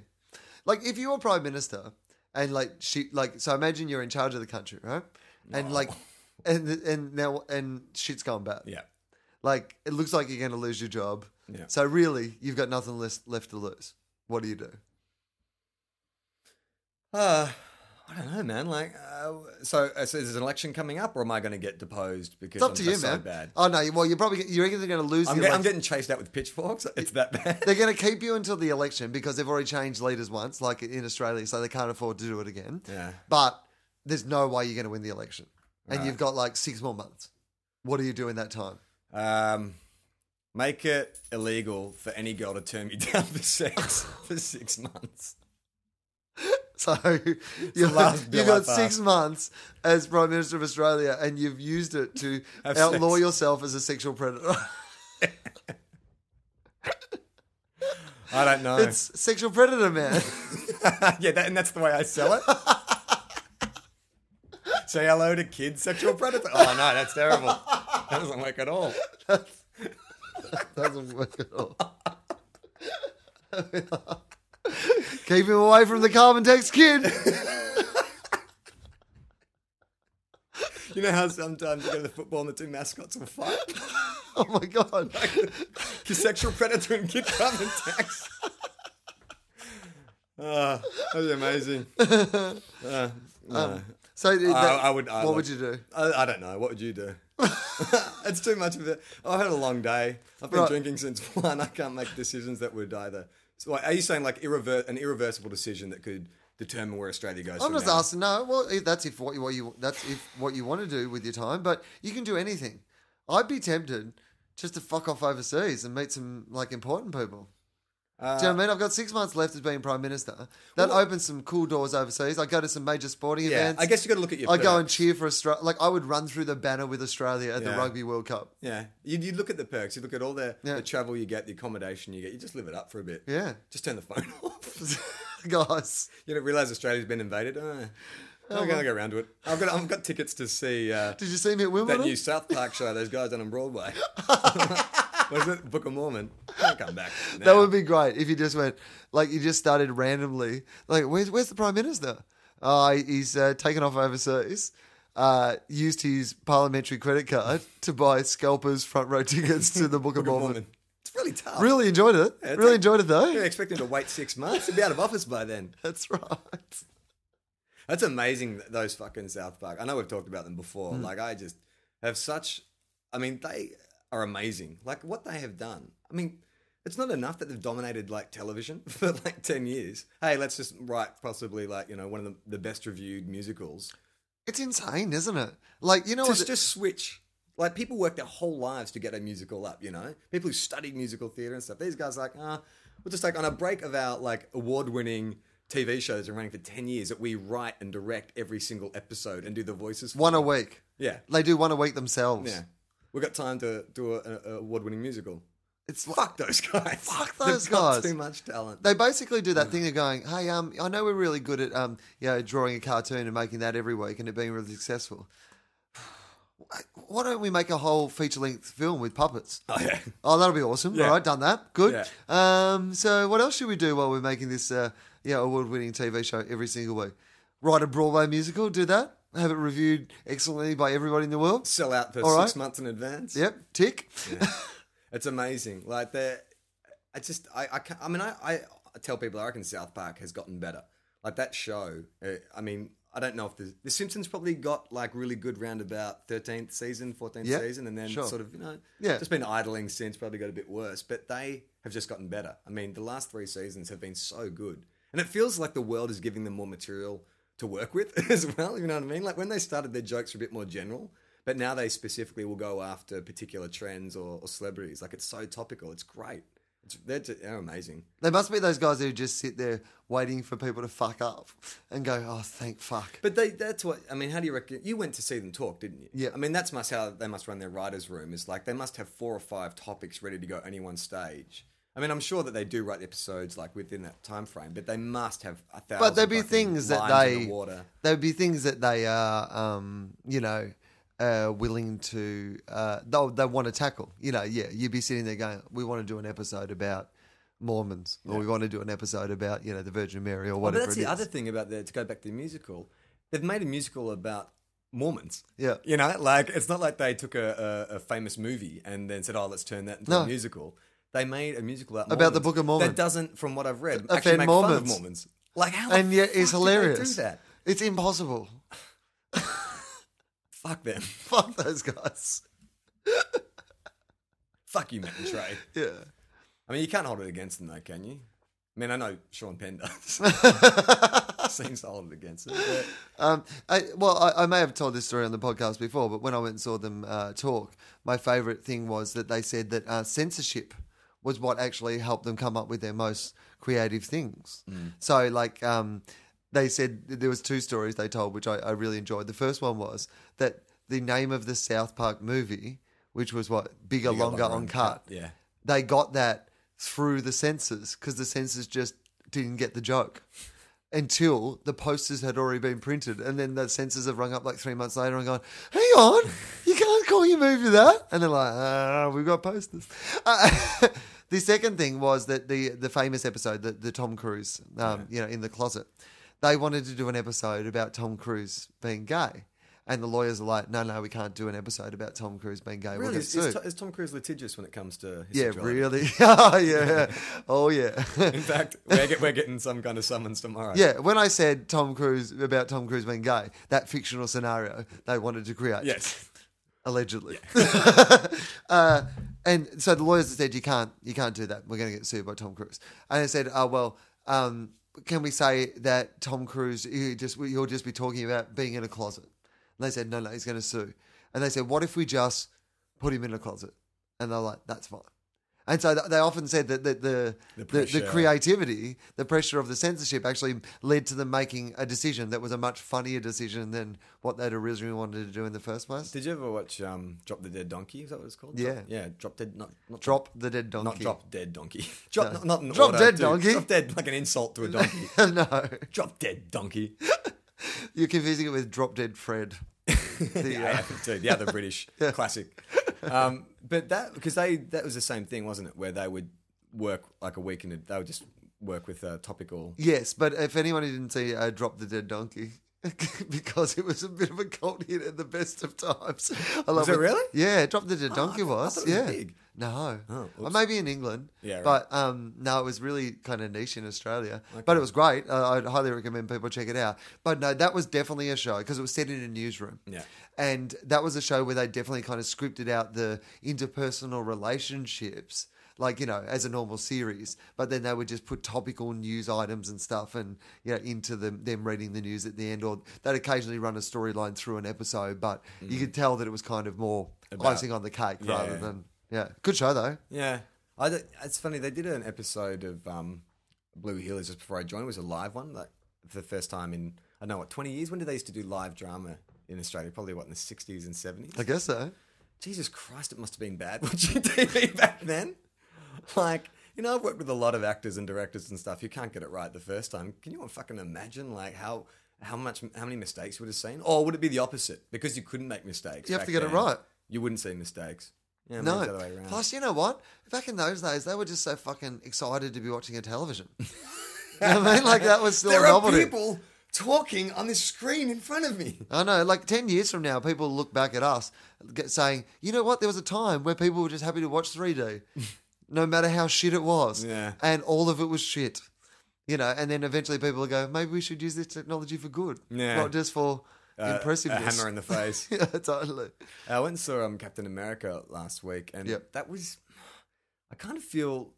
S3: Like if you were Prime Minister and like she like so imagine you're in charge of the country, right? And like and and now and shit's gone bad.
S2: yeah,
S3: Like it looks like you're going to lose your job.
S2: Yeah.
S3: So really, you've got nothing less, left to lose. What do you do?
S2: uh, I don't know, man. Like, uh, so, uh, so is an election coming up, or am I going to get deposed because
S3: It's up
S2: I'm
S3: to you,
S2: just so
S3: man.
S2: bad?
S3: Oh no! Well, you're probably you're either going to lose.
S2: I'm,
S3: the
S2: get, I'm
S3: election-
S2: getting chased out with pitchforks. It's that bad.
S3: They're going to keep you until the election because they've already changed leaders once, like in Australia, so they can't afford to do it again.
S2: Yeah.
S3: But there's no way you're going to win the election. And you've got like six more months. What do you do in that time? (laughs)
S2: Um, make it illegal for any girl to turn me (laughs) down for sex (laughs) for six months.
S3: So you've
S2: last
S3: got,
S2: bill
S3: you've
S2: I
S3: got six
S2: passed.
S3: months as Prime Minister of Australia and you've used it to
S2: (laughs) Have
S3: outlaw
S2: sex.
S3: yourself as a sexual predator.
S2: I don't know.
S3: it's sexual
S2: (laughs)
S3: predator, man.
S2: uh, yeah, that, and that's the way I sell it. (laughs) Say hello to kids, sexual predator. Oh no, that's terrible. That doesn't work at all.
S3: Doesn't work at all. Keep him away from the carbon tax kid. (laughs)
S2: You know how sometimes you go to the football and the two mascots will fight?
S3: Oh my god.
S2: Your sexual predator and kid carbon tax. (laughs) Ah, that'd be amazing. Uh, no.
S3: So that,
S2: I- I would- I
S3: what
S2: like-
S3: would you do?
S2: I, I don't know. What would you
S3: (laughs)
S2: do? it's too much of it. I've had a long day. I've been
S3: Right.
S2: drinking since (laughs) one. I can't make decisions that would either. So, like, are you saying like irrever- an irreversible decision that could determine where Australia goes?
S3: I'm
S2: from
S3: just
S2: now?
S3: asking. No, well, if that's if what you, what you that's if what you want to do with your time, but you can do anything. I'd be tempted just to fuck off overseas and meet some like important people. do
S2: Uh,
S3: you know what I mean? I've got six months left as being prime minister. That opens some cool doors overseas. I go to some major sporting
S2: Yeah,
S3: events.
S2: I guess you got to look at your.
S3: I go and
S2: perks.
S3: cheer for Australia. Like I would run through the banner with Australia at the
S2: Yeah.
S3: Rugby World Cup. (laughs)
S2: yeah, you, you look at the perks. You look at all the,
S3: Yeah.
S2: the travel you get, the accommodation you get. You just live it up for a bit.
S3: Yeah,
S2: Just turn the phone (laughs) off.
S3: guys.
S2: you don't realize Australia's been invaded. Uh,
S3: Oh,
S2: I'm gonna go around to it. I've got I've got tickets to see. Uh,
S3: Did you see me at
S2: That
S3: Wimbledon?
S2: new South Park show those guys done on
S3: (laughs)
S2: Broadway. Was it Book of Mormon? Can't come back.
S3: That would be great if you just went, like, you just started randomly. Like, where's, where's the Prime Minister? Oh, he's uh, taken off overseas, uh, used his parliamentary credit card to buy scalpers front row tickets to the
S2: (laughs)
S3: Book of
S2: Book of
S3: Mormon.
S2: Mormon. It's really tough.
S3: Really enjoyed it.
S2: Yeah, it's
S3: really
S2: like-
S3: enjoyed it, though.
S2: You expect him to wait six months? He'd be out of office by then.
S3: That's right.
S2: That's amazing. th- Those fucking South Park. I know we've talked about them before.
S3: Hmm.
S2: Like I just have such. I mean, they are amazing. Like what they have done. I mean, it's not enough that they've dominated like television (laughs) for like ten years. Hey, let's just write possibly like you know one of the, the best reviewed musicals.
S3: It's insane, isn't it? Like, you know
S2: just,
S3: what?
S2: just switch. Like people work their whole lives to get a musical up, you know. People who studied musical theater and stuff. These guys are like, ah, we're just like on a break of our like award-winning TV shows and running for ten years that we write and direct every single episode and do the voices. For.
S3: one a week.
S2: Yeah,
S3: They do one a week themselves.
S2: yeah. We've got time to do an award-winning musical.
S3: It's like,
S2: Fuck those guys.
S3: Fuck
S2: They've
S3: those
S2: got
S3: guys.
S2: Too much talent.
S3: they basically do that thing of going, "Hey, um, I know we're really good at um, you know, drawing a cartoon and making that every week and it being really successful. (sighs) Why don't we make a whole feature-length film with puppets?
S2: oh yeah.
S3: Oh, that'll be awesome.
S2: Yeah.
S3: All right, done that. Good. Um, so what else should we do while we're making this uh, yeah, award-winning TV show every single week? Write a Broadway musical, do that. Have it reviewed excellently by everybody in the world.
S2: Sell out for
S3: All
S2: six
S3: right.
S2: months in advance.
S3: Yep, tick.
S2: It's amazing. Like they're, I just I I can't, I mean I, I I tell people I reckon South Park has gotten better. Like that show. eh, I mean I don't know if the the Simpsons probably got like really good round about thirteenth season, fourteenth
S3: Yeah,
S2: season, and then
S3: sure.
S2: sort of you know
S3: Yeah.
S2: just been idling since. Probably got a bit worse, but they have just gotten better. I mean the last three seasons have been so good, and it feels like the world is giving them more material to work with (laughs) as well. You know what I mean? Like when they started, their jokes were a bit more general. But now they specifically will go after particular trends or, or celebrities. Like it's so topical. It's great. It's, they're, ju- they're amazing.
S3: They must be those guys who just sit there waiting for people to fuck up and go, oh, thank fuck.
S2: But they, that's what I mean. How do you reckon? You went to see them talk, didn't you?
S3: Yeah.
S2: I mean, that's must how they must run their writers' room. Is like they must have four or five topics ready to go at any one stage. I mean, I'm sure that they do write episodes like within that time frame, but they must have a thousand.
S3: But there'd be
S2: fucking
S3: things that
S2: lines in
S3: they
S2: the water.
S3: there'd be things that they are, um, you know, uh, willing to uh, they they want to tackle. You know, yeah, you'd be sitting there going, we want to do an episode about Mormons, or we want to do an episode about you know the Virgin Mary or
S2: Well, but
S3: whatever.
S2: that's
S3: it
S2: the
S3: is.
S2: other thing about the to go back to the musical. They've made a musical about Mormons.
S3: Yeah.
S2: you know, like it's not like they took a, a, a famous movie and then said, "Oh, let's turn that into
S3: No.
S2: a musical." They made a musical about
S3: About the
S2: Mormons
S3: Book of Mormon.
S2: That doesn't, from what I've read,
S3: Offend
S2: actually make fun of
S3: Mormons.
S2: Mormons. Like how, the
S3: and yet it's
S2: fuck did they
S3: hilarious.
S2: Do that?
S3: It's impossible. (laughs)
S2: Fuck them. (laughs)
S3: Fuck those guys.
S2: Fuck you, Matt and Trey.
S3: Yeah.
S2: I mean, you can't hold it against them, though, can you? I mean, I know Sean Penn
S3: (laughs)
S2: does. Seems to hold it against them. but-
S3: Um, I, well, I, I may have told this story on the podcast before, but when I went and saw them uh, talk, my favourite thing was that they said that uh, censorship was what actually helped them come up with their most creative things. So, like, um, they said there was two stories they told, which I, I really enjoyed. The first one was that the name of the South Park movie, which was what bigger, longer,
S2: longer,
S3: uncut.
S2: uncut, yeah.
S3: they got that through the censors because the censors just didn't get the joke until the posters had already been printed. And then the censors have rung up like three months later and gone, hang on, you can't call your movie that. And they're like, uh, we've got posters. (laughs) Uh, the second thing was that the, the famous episode, the, the Tom Cruise, um, you know, in the closet, they wanted to do an episode about Tom Cruise being gay. And the lawyers are like, no, no, we can't do an episode about Tom Cruise being gay. we'll
S2: Really,
S3: get
S2: is, is,
S3: sued.
S2: Tom, is Tom Cruise litigious when it comes to his
S3: Yeah,
S2: sexuality?
S3: really. (laughs) oh yeah. Oh yeah. (laughs)
S2: In fact, we're, get, we're getting some kind of summons tomorrow.
S3: yeah. When I said Tom Cruise about Tom Cruise being gay, that fictional scenario they wanted to create.
S2: Yes.
S3: Allegedly. (laughs) uh, and so the lawyers said you can't you can't do that. We're gonna get sued by Tom Cruise. And I said, Oh well, um, can we say that Tom Cruise you just you'll just be talking about being in a closet? And they said, No, no, he's gonna sue. And they said, What if we just put him in a closet? And they're like, That's fine. And so th- they often said that the the, the, the,
S2: pressure.
S3: creativity, the pressure of the censorship, actually led to them making a decision that was a much funnier decision than what they'd originally wanted to do in the first place.
S2: Did you ever watch um, Drop the Dead Donkey? Is that what it's called?
S3: Yeah.
S2: Drop, yeah. Drop Dead. Not, not
S3: Drop the dead donkey.
S2: Not Drop Dead Donkey.
S3: (laughs)
S2: Drop.
S3: No.
S2: Not, not an
S3: Drop
S2: order,
S3: Dead
S2: too.
S3: Donkey?
S2: Drop Dead like an insult to a
S3: (laughs)
S2: donkey.
S3: no,
S2: drop Dead Donkey. (laughs)
S3: you're confusing it with Drop Dead Fred. The, uh,
S2: yeah, I think too. Yeah,
S3: (laughs)
S2: the British classic. Um, but that because they that was the same thing, wasn't it? Where they would work like a week in. a- They would just work with a topical.
S3: Yes, but if anyone who didn't see uh, Drop the Dead Donkey, (laughs) because it was a bit of a cult hit at the best of times. I love
S2: it really?
S3: Yeah, Drop the Dead Donkey was.
S2: thought it was
S3: yeah.
S2: big.
S3: No.
S2: Oh,
S3: Or
S2: oops.
S3: maybe in England.
S2: Yeah, right.
S3: But um, no, it was really kind of niche in Australia. But it was great. Uh, I'd highly recommend people check it out. But no, that was definitely a show because it was set in a newsroom.
S2: Yeah.
S3: And that was a show where they definitely kind of scripted out the interpersonal relationships, like, you know, as a normal series. But then they would just put topical news items and stuff and, you know, into them, them reading the news at the end. Or they'd occasionally run a storyline through an episode, but you could tell that it was kind of more
S2: Mm. About-
S3: icing on the cake
S2: Yeah.
S3: rather than, yeah. Good show, though.
S2: Yeah, I. don't- It's funny they did an episode of um, Blue Heelers just before I joined. It was a live one, like for the first time in I don't know what twenty years. When did they used to do live drama in Australia? Probably what in the sixties and seventies.
S3: I guess so.
S2: Jesus Christ, it must have been bad (laughs) watching TV back then. Like, you know, I've worked with a lot of actors and directors and stuff. You can't get it right the first time. Can you fucking imagine like how how much how many mistakes you would have seen? Or would it be the opposite because you couldn't make mistakes?
S3: You have
S2: back
S3: to get it
S2: then,
S3: right.
S2: You wouldn't see mistakes. Yeah, it was the
S3: No.
S2: other way around.
S3: Plus, you know what? Back in those days, they were just so fucking excited to be watching
S2: (laughs)
S3: a television. you know what I mean? Like that was still
S2: there
S3: a
S2: are
S3: novelty.
S2: people talking on this screen in front of me.
S3: I know, like 10 years from now, people will look back at us get- saying, you know what, there was a time where people were just happy to watch
S2: (laughs)
S3: 3D, no matter how shit it was.
S2: Yeah.
S3: And all of it was shit. You know, and then eventually people will go, maybe we should use this technology for good,
S2: Yeah.
S3: not just for
S2: Uh, a
S3: impressiveness.
S2: hammer in the face.
S3: (laughs) yeah, totally.
S2: I went and saw um, Captain America last week, and
S3: Yep.
S2: that was. I kind of feel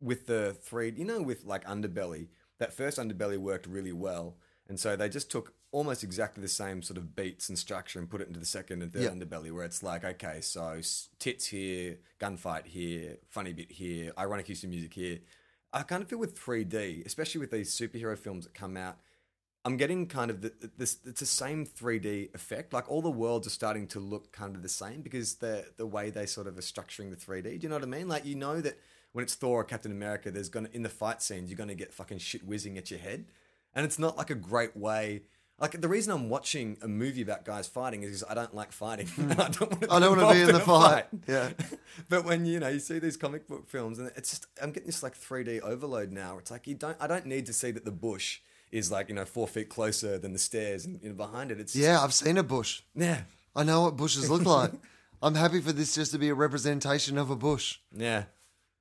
S2: with the three, you know, with like Underbelly, that first Underbelly worked really well. And so they just took almost exactly the same sort of beats and structure and put it into the second and third
S3: Yep.
S2: Underbelly, where it's like, okay, so s- tits here, gunfight here, funny bit here, ironic use of music here. I kind of feel with 3D, especially with these superhero films that come out, I'm getting kind of the, this. It's the same 3D effect. Like all the worlds are starting to look kind of the same because the the way they sort of are structuring the 3D. Do you know what I mean? Like you know that when it's Thor or Captain America, there's gonna in the fight scenes you're gonna get fucking shit whizzing at your head, and it's not like a great way. Like the reason I'm watching a movie about guys fighting is 'cause I don't like fighting. (laughs) I don't want to.
S3: I
S2: (laughs)
S3: don't want to be in the fight. Yeah.
S2: but when you know you see these comic book films and it's just i'm getting this like 3d overload now where it's like you don't i don't need to see that the bush is like you know four feet closer than the stairs and you know, behind it it's
S3: Yeah, I've seen a bush.
S2: yeah
S3: I know what bushes look
S2: (laughs)
S3: like. I'm happy for this just to be a representation of a bush.
S2: yeah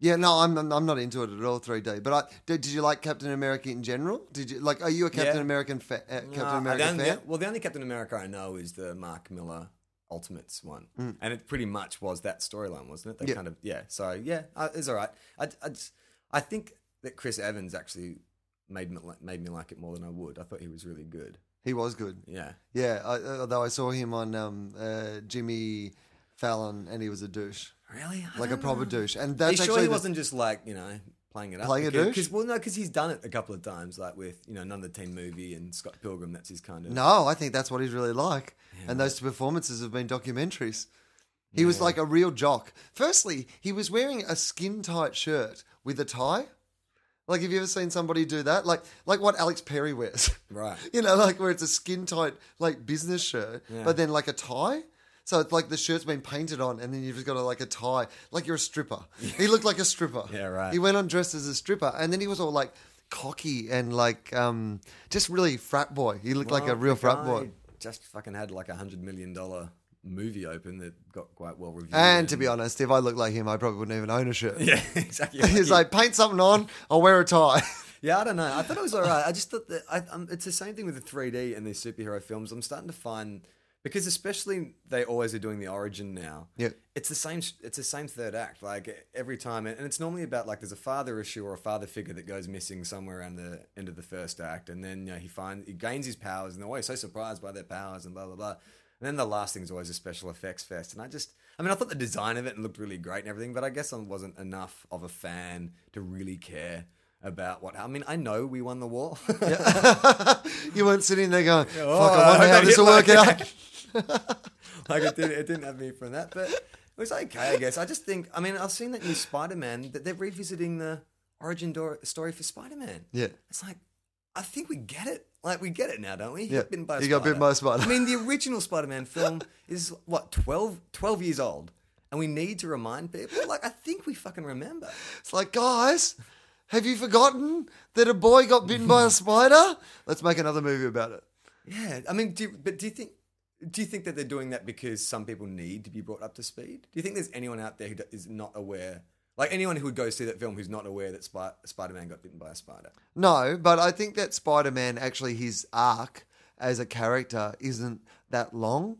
S3: Yeah, no, I'm I'm I'm not into it at all. 3D, but I did. Did you like Captain America in general? Did you like? Are you a Captain
S2: Yeah.
S3: American fa- uh, Captain
S2: Uh,
S3: America
S2: the only-
S3: fan?
S2: well the only captain america i know is the mark miller ultimates one and it pretty much was that storyline wasn't it they
S3: Hmm. Yeah.
S2: kind of yeah so yeah uh, it's all right I, I, just- I think that chris evans actually made me, li- made me like it more than i would i thought he was really good
S3: He was good.
S2: yeah
S3: Yeah, I, uh, although I saw him on um, uh, Jimmy Fallon, and he was a douche,
S2: really I
S3: like a
S2: don't
S3: proper
S2: know.
S3: douche. And
S2: Are
S3: that's
S2: you
S3: actually
S2: sure Ah. he
S3: the-
S2: wasn't just like you know playing it up?
S3: Playing a
S2: because,
S3: douche?
S2: 'cause- well, no, because he's done it a couple of times, like with you know none of the teen movie and Scott Pilgrim. That's his kind of.
S3: No, I think that's what he's really like. and those performances have been documentaries. He was like a real jock. Firstly, he was wearing a skin tight shirt with a tie. Like, have you ever seen somebody do that? Like, like what Alex Perry wears,
S2: Right.
S3: you know, like where it's a skin tight like business shirt, but then like a tie. So it's like the shirt's been painted on, and then you've just got a, like a tie, like you're a stripper.
S2: (laughs)
S3: He looked like a stripper.
S2: Yeah, right.
S3: He went on dressed as a stripper, and then he was all like cocky and like um, just really frat boy. He looked like a
S2: Well,
S3: real
S2: the
S3: frat
S2: guy
S3: boy.
S2: Just fucking had like a hundred million dollar movie open that got quite well reviewed.
S3: And to be honest, if I looked like him, I probably wouldn't even own a
S2: (laughs)
S3: shirt.
S2: yeah, exactly.
S3: (laughs) He's like, paint something on, I'll wear a tie. (laughs)
S2: Yeah, I don't know. I thought it was all right. I just thought that I, um it's the same thing with the 3D and these superhero films. I'm starting to find because especially they always are doing the origin now.
S3: Yeah.
S2: it's the same. It's the same third act. Like every time, and it's normally about like there's a father issue or a father figure that goes missing somewhere around the end of the first act, and then you know, he finds he gains his powers, and they're always so surprised by their powers and blah blah blah. And then the last thing's always a special effects fest. And I just, I mean, I thought the design of it looked really great and everything, but I guess I wasn't enough of a fan to really care about what. I mean, I know we won the war. (laughs)
S3: you weren't sitting there going, fuck,
S2: oh, I
S3: I wonder
S2: hope
S3: how
S2: they
S3: this
S2: hit
S3: will work
S2: like
S3: out.
S2: that. (laughs) like it didn't, it didn't have me from that, but it was okay, I guess. I just think, I mean, I've seen that new Spider Man that they're revisiting the origin door, story for Spider Man.
S3: Yeah.
S2: it's like I think we get it. Like we get it now, don't we? He
S3: Yeah.
S2: got bitten by a
S3: He got bitten by a spider.
S2: I
S3: (laughs)
S2: mean, the original Spider-Man film is what 12, 12 years old, and we need to remind people. Like I think we fucking remember.
S3: It's like, guys, have you forgotten that a boy got
S2: (laughs)
S3: bitten by a spider? Let's make another movie about it.
S2: Yeah, I mean, do you, but do you think? Do you think that they're doing that because some people need to be brought up to speed? Do you think there's anyone out there who do- is not aware, like anyone who would go see that film who's not aware that Spy- Spider-Man got bitten by a spider?
S3: No, but I think that Spider Man actually his arc as a character isn't that long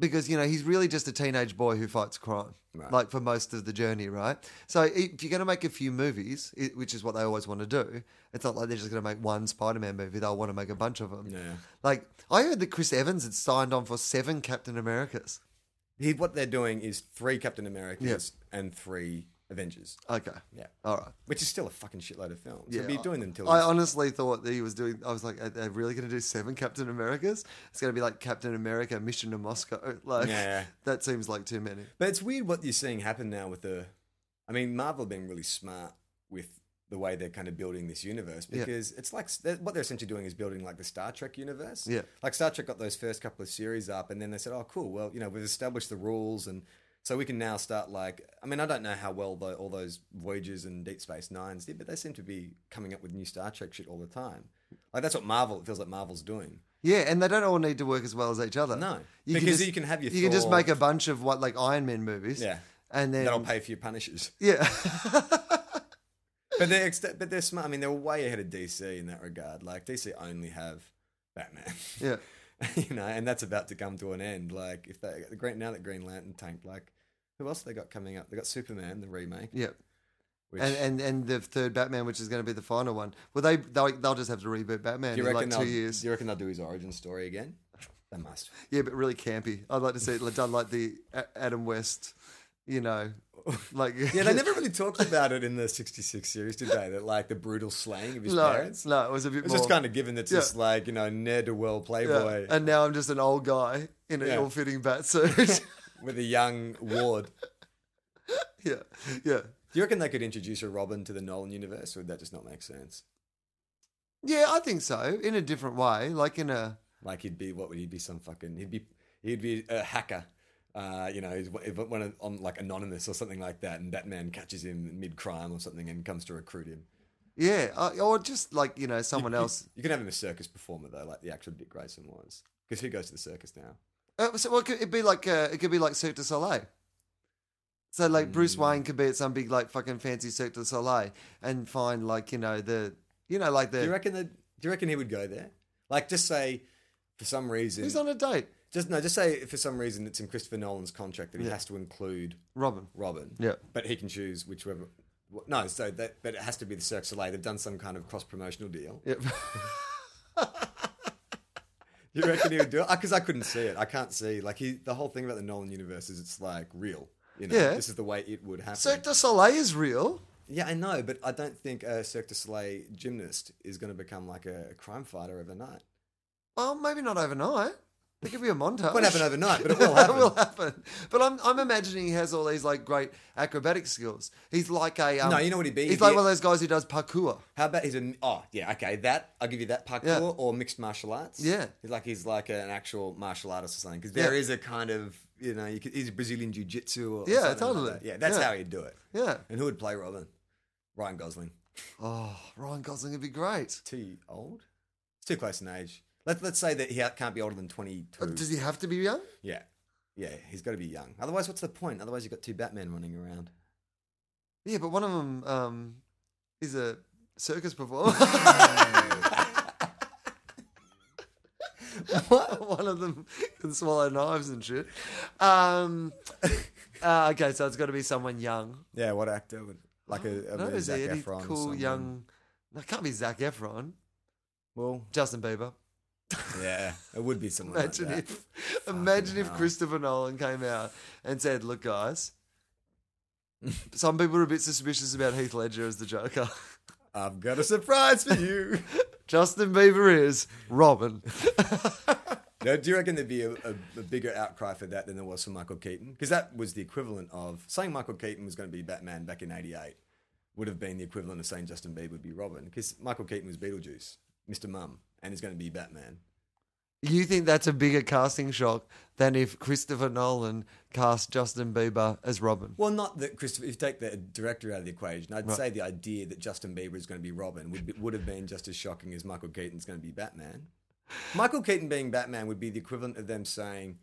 S3: because you know he's really just a teenage boy who fights crime.
S2: Right.
S3: Like for most of the journey, right? So if you're going to make a few movies, it, which is what they always want to do, it's not like they're just going to make one Spider-Man movie. They'll want to make a bunch of them.
S2: Yeah.
S3: Like I heard that Chris Evans had signed on for seven Captain Americas.
S2: He, what they're doing is three Captain Americas and three Avengers,
S3: Okay.
S2: Yeah.
S3: All right.
S2: which is still a fucking shitload of films.
S3: Uh, Yeah,
S2: He'll be doing them till
S3: I honestly thought that he was doing. I was like, are they really going to do seven Captain Americas? It's going to be like Captain America Mission to Moscow. (laughs) Like,
S2: Yeah.
S3: that seems like too many.
S2: But it's weird what you're seeing happen now with the. I mean, Marvel have been really smart with the way they're kind of building this universe
S3: Yeah.
S2: because it's like they're- what they're essentially doing is building like the Star Trek universe.
S3: Yeah.
S2: Like Star Trek got those first couple of series up, and then they said, "Oh, cool. Well, you know, we've established the rules, and so we can now start like." I mean, I don't know how well though all those Voyagers and Deep Space Nines did, but they seem to be coming up with new Star Trek shit all the time. Like that's what Marvel. It feels like Marvel's doing.
S3: Yeah, and they don't all need to work as well as each other.
S2: No, because you can have your
S3: you can just
S2: Thor-
S3: make a bunch of what like Iron Man movies.
S2: Yeah.
S3: and then
S2: That'll pay for your punishes.
S3: yeah, (laughs)
S2: But they're ex- but they're smart. I mean, they're way ahead of DC in that regard. Like DC only have Batman,
S3: yeah,
S2: (laughs) you know, and that's about to come to an end. Like if they the Green now that Green Lantern tanked, like who else they got coming up? They got Superman the remake,
S3: yeah.
S2: which
S3: And, and and the third Batman, which is going to be the final one. Well, they they'll, they'll just have to reboot Batman
S2: do you
S3: in
S2: reckon
S3: like two
S2: they'll
S3: years.
S2: do you reckon they'll do his origin story again? They
S3: (laughs)
S2: must.
S3: Yeah, but really campy. I'd like to see it done like the A- Adam West,
S2: (laughs)
S3: you know, like
S2: Yeah, they never really talked about it in the '66 series, did they? That like the brutal slaying of his
S3: no,
S2: parents.
S3: no, it was a bit
S2: It's
S3: more.
S2: just kind of given that's
S3: Yeah.
S2: just like you know ne'er do well playboy
S3: yeah. And now I'm just an old guy in an
S2: Yeah.
S3: ill-fitting
S2: (laughs)
S3: bat suit. (laughs)
S2: with a young ward.
S3: yeah, yeah,
S2: Do you reckon they could introduce a Robin to the Nolan universe, or would that just not make sense?
S3: yeah. I think so, in a different way, like in a
S2: Like he'd be, what would he be? Some fucking, he'd be, he'd be a hacker. Uh, you know, he's w- if- one of- on like anonymous or something like that, and Batman catches him mid crime or something and comes to recruit him.
S3: yeah, uh, or just like you know someone else.
S2: You can have him a circus performer though, like the actual Dick Grayson was, because who goes to the circus now?
S3: Uh, so, well, it could it'd be like uh, it could be like Cirque du Soleil. So like
S2: Mm.
S3: Bruce Wayne could be at some big like fucking fancy Cirque du Soleil and find like you know the you know like
S2: Do you
S3: the
S2: reckon that? Do you reckon he would go there? Like, just say for some reason,
S3: who's on a date,
S2: just no, just say for some reason it's in Christopher Nolan's contract that he has to include
S3: Robin.
S2: Robin.
S3: Yeah.
S2: But he can choose whichever. wh- No, so that but it has to be the Cirque du Soleil. They've done some kind of cross promotional deal.
S3: Yep.
S2: You reckon he would do it? Because I couldn't see it. I can't see like he. The whole thing about the Nolan universe is it's like real. You know,
S3: Yeah.
S2: this is the way it would happen.
S3: (laughs) Cirque du Soleil is real.
S2: yeah, I know, but I don't think a Cirque du Soleil gymnast is going to become like a crime fighter overnight.
S3: Well, maybe not overnight. There could be a montage.
S2: Won't happen overnight, but it
S3: (laughs)
S2: will happen.
S3: It will happen. But I'm, I'm imagining he has all these like great acrobatic skills. He's like a um,
S2: No, you know what he'd be?
S3: He's like
S2: He'd-
S3: one of those guys who does parkour.
S2: How about he's a oh yeah okay that I'll give you that parkour
S3: Yeah.
S2: or mixed martial arts
S3: Yeah.
S2: he's like he's like an actual martial artist or something because
S3: Yeah.
S2: there is a kind of you know you could, he's Brazilian jiu jitsu or
S3: Yeah,
S2: something like
S3: totally.
S2: that. yeah that's
S3: Yeah.
S2: how he'd do it
S3: Yeah.
S2: and who would play Robin Ryan Gosling
S3: Oh, Ryan Gosling would be great.
S2: too old it's too close in age let's let's say that he ha- can't be older than twenty
S3: Uh,
S2: two
S3: Does he have to be young?
S2: yeah yeah he's got to be young otherwise what's the point otherwise you've got two Batman running around (laughs)
S3: Yeah, but one of them um, is a circus performer. (laughs) one of them can swallow knives and shit. Um, uh, okay, so it's got to be someone young.
S2: yeah what actor would like a, a
S3: No, is
S2: Zac
S3: there any
S2: Efron or
S3: cool
S2: someone.
S3: young? No, it can't be Zach Efron.
S2: well
S3: Justin Bieber.
S2: yeah it would be someone like
S3: Imagine
S2: that.
S3: if, imagine if
S2: hell.
S3: Christopher Nolan came out and said, "Look, guys, some people are a bit suspicious about Heath Ledger as the Joker. (laughs)
S2: I've got a surprise for you. (laughs)
S3: Justin Bieber is Robin."
S2: now, do you reckon there'd be a, a, a bigger outcry for that than there was for Michael Keaton? Because that was the equivalent of saying Michael Keaton was going to be Batman back in '88 would have been the equivalent of saying Justin Bieber would be Robin. Because Michael Keaton was Beetlejuice, Mr. Mum, and he's going to be Batman.
S3: You think that's a bigger casting shock than if Christopher Nolan cast Justin Bieber as Robin?
S2: Well, not that Christopher. If you take the director out of the equation, I'd say the idea that Justin Bieber is going to be Robin would be, would have been just as shocking as Michael Keaton's going to be Batman. Michael Keaton being Batman would be the equivalent of them saying,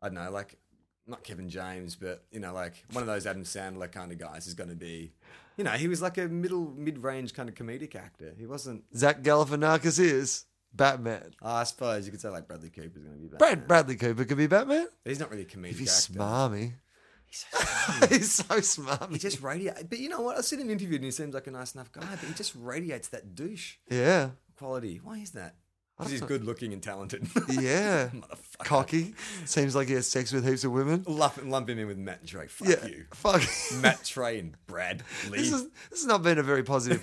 S2: I don't know, like not Kevin James, but you know, like one of those Adam Sandler kind of guys is going to be, you know, he was like a middle mid range kind of comedic actor. He wasn't. ah,
S3: Zach Galifianakis is Batman.
S2: I suppose you could say like Bradley Cooper's going to be Batman.
S3: Brad, Bradley Cooper could be Batman
S2: He's not really a comedic
S3: if he's
S2: actor.
S3: smarmy. (laughs) He's so smarmy.
S2: He just radiates. But you know what? I've seen him interviewed and he seems like a nice enough guy, but he just radiates that douche.
S3: yeah.
S2: quality. Why is that? Because he's good looking and
S3: (laughs)
S2: talented. (laughs)
S3: Yeah. Cocky. Seems like he has sex with heaps of women.
S2: lump, lump him in with Matt and Trey. Fuck
S3: yeah.
S2: you. (laughs)
S3: Fuck.
S2: Matt Trey and Brad Lee.
S3: (laughs) This, is, this has not been a very positive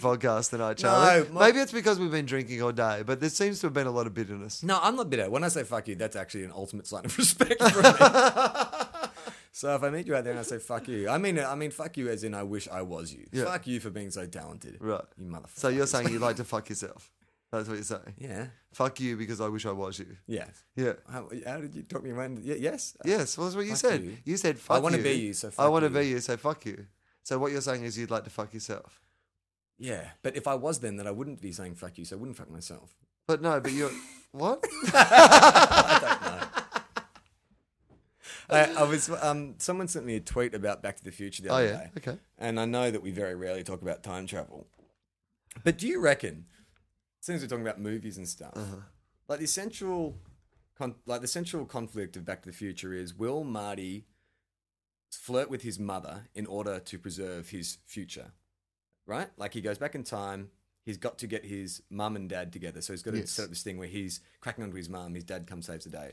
S2: (laughs)
S3: podcast tonight, Charlie.
S2: my-
S3: Maybe it's because we've been drinking all day, but there seems to have been a lot of bitterness.
S2: No, I'm not bitter. When I say fuck you, that's actually an ultimate sign of (laughs) respect for me.
S3: (laughs)
S2: so if I meet you out there and I say fuck you, I mean I mean fuck you as in I wish I was you.
S3: Yeah.
S2: Fuck you for being so talented.
S3: Right.
S2: You motherfucker.
S3: So you're saying you'd like to fuck yourself. That's what
S2: (laughs)
S3: you're saying.
S2: Yeah.
S3: Fuck you because I wish I was you.
S2: Yeah.
S3: Yeah.
S2: How, how did you talk me around? Yeah, yes.
S3: Yes, well, that's what you
S2: Fuck
S3: said. You.
S2: you.
S3: said fuck
S2: wanna
S3: you.
S2: be you, so
S3: I
S2: fuck
S3: want to
S2: you.
S3: be you, so fuck you. So what you're saying is you'd like to fuck yourself.
S2: Yeah. But if I was then, then I wouldn't be saying fuck you, so I wouldn't fuck myself.
S3: But no,
S2: (laughs)
S3: but you're what?
S2: I, (laughs) I was um, someone sent me a tweet about Back to the Future the
S3: Oh
S2: other
S3: yeah.
S2: day.
S3: Okay.
S2: And I know that we very rarely talk about time travel. But do you reckon, since we're talking about movies and stuff,
S3: Uh-huh.
S2: like the central, con- like the central conflict of Back to the Future is will Marty flirt with his mother in order to preserve his future? Right, like he goes back in time. He's got to get his mum and dad together, so he's got to
S3: Yes.
S2: set up this thing where he's cracking onto his mum. His dad comes saves the day.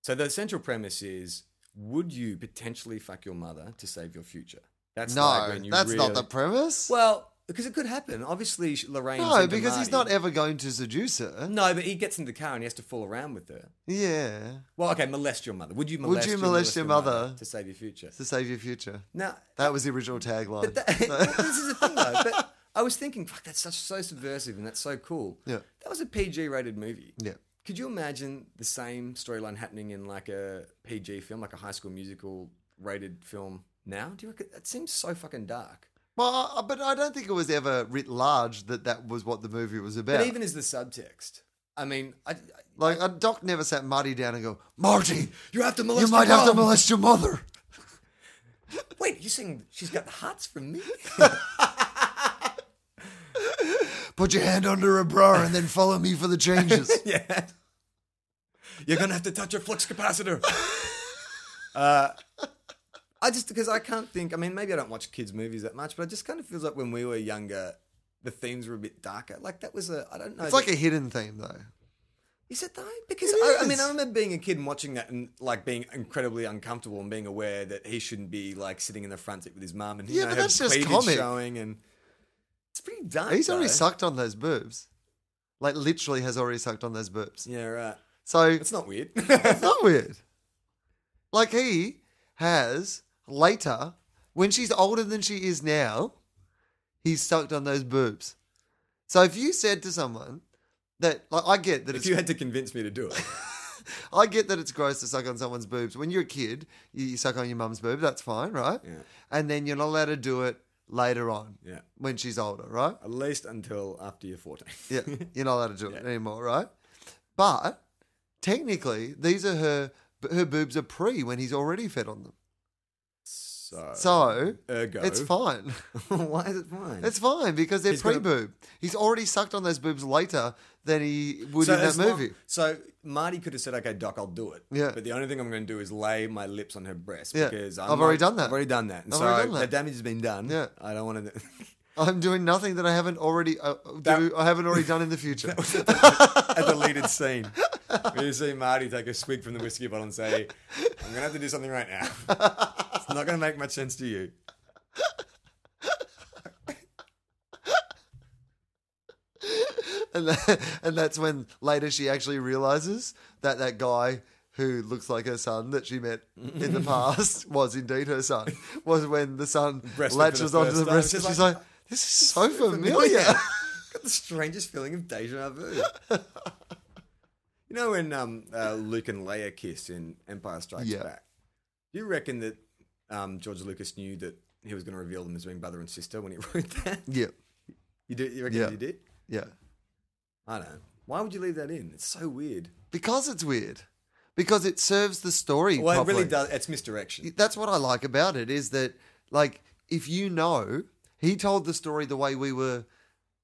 S2: So the central premise is: Would you potentially fuck your mother to save your future? That's
S3: No,
S2: like when you
S3: that's not
S2: really-
S3: the premise.
S2: well, because it could happen. Obviously, sh- Lorraine.
S3: no, because he's not ever going to seduce her.
S2: No, but he gets in the car and he has to fool around with her.
S3: Yeah,
S2: Well, okay, molest your mother. Would you
S3: Would
S2: molest?
S3: you
S2: your-
S3: molest your mother?
S2: to save your future?
S3: to save your future.
S2: Now,
S3: That was the original tagline. (laughs)
S2: that, (laughs) this is the thing though. But I was thinking, fuck, that's such so subversive and that's so cool.
S3: Yeah.
S2: that was a PG-rated movie.
S3: yeah,
S2: Could you imagine the same storyline happening in like a PG film, like a High School Musical rated film now? Do you reckon that seems so fucking dark?
S3: well, I, but I don't think it was ever writ large that that was what the movie was about.
S2: But even as the subtext, I mean, I, I,
S3: like, a doc never sat Marty down and go, Marty,
S2: you have to molest.
S3: you might
S2: your
S3: have to
S2: mum."
S3: molest your mother.
S2: Wait, you saying she's got the hearts from me?
S3: Put your hand under her bra and then follow me for
S2: (laughs)
S3: the changes.
S2: (laughs) yeah. You're gonna have to touch your flux (laughs) capacitor. uh, I just because I can't think. I mean, maybe I don't watch kids' movies that much, but it just kind of feels like when we were younger, the themes were a bit darker. Like that was a I don't know.
S3: it's like a hidden theme, though.
S2: Is it though? Because
S3: It
S2: I, I
S3: is.
S2: mean, I remember being a kid and watching that and like being incredibly uncomfortable and being aware that he shouldn't be like sitting in the front seat with his mum and you
S3: Yeah,
S2: know,
S3: but
S2: her
S3: that's just
S2: cleavage
S3: comic.
S2: showing and it's pretty dark.
S3: He's already
S2: though.
S3: sucked on those boobs. Like, literally has already sucked on those boobs.
S2: Yeah, right.
S3: So,
S2: It's not weird.
S3: It's not weird. Like he has later, when she's older than she is now, he's sucked on those boobs. So if you said to someone that, like, I get that
S2: (laughs) if
S3: it's,
S2: you had to convince me to do it.
S3: I get that it's gross to suck on someone's boobs. When you're a kid, you, you suck on your mum's boob. That's fine, right?
S2: Yeah.
S3: And then you're not allowed to do it later on.
S2: Yeah.
S3: When she's older, right?
S2: At least until after you're 14.
S3: Yeah, you're not allowed to do it anymore, right? But technically, these are her her boobs are pre when he's already fed on them.
S2: So,
S3: So
S2: (laughs) Ergo.
S3: it's fine. (laughs)
S2: (laughs) why is it fine?
S3: It's fine because they're
S2: He's
S3: pre
S2: gonna-
S3: boob. He's already sucked on those boobs later than he would in that
S2: as long-
S3: movie.
S2: so Marty could have said, "Okay, Doc, I'll do it."
S3: Yeah.
S2: But the only thing I'm going to do is lay my lips on her breast
S3: Yeah.
S2: because i
S3: I've already done that.
S2: I've already done that. And
S3: I've
S2: so
S3: already done that.
S2: the damage has been done.
S3: Yeah.
S2: I don't want to.
S3: I'm doing nothing that I haven't already uh, do,
S2: That-
S3: I haven't already done in the future.
S2: (laughs) a deleted scene. Where you see Marty take a swig from the whiskey bottle and say, I'm going to have to do something right now. (laughs) It's not going to make much sense to you.
S3: and, that, (laughs) and that's when later she actually realizes that that guy who looks like her son that she met
S2: (laughs)
S3: in the past was indeed her son. Was when the son
S2: for the
S3: latches onto
S2: first
S3: the
S2: time.
S3: breast.
S2: She's
S3: and She's like,
S2: like,
S3: "This is so familiar." (laughs)
S2: familiar." Got the strangest feeling of deja vu. you know when um, uh, Luke and Leia kiss in Empire Strikes
S3: Yeah.
S2: Back? Do you reckon that um, George Lucas knew that he was going to reveal them as being brother and sister when he (laughs) wrote that?
S3: yeah,
S2: You, do, you reckon
S3: Yeah.
S2: he did?
S3: yeah.
S2: I don't know. Why would you leave that in? It's so weird.
S3: Because it's weird. Because it serves the story.
S2: Well, it
S3: properly.
S2: really does. It's misdirection.
S3: That's what I like about it is that, like, if you know, he told the story the way we were,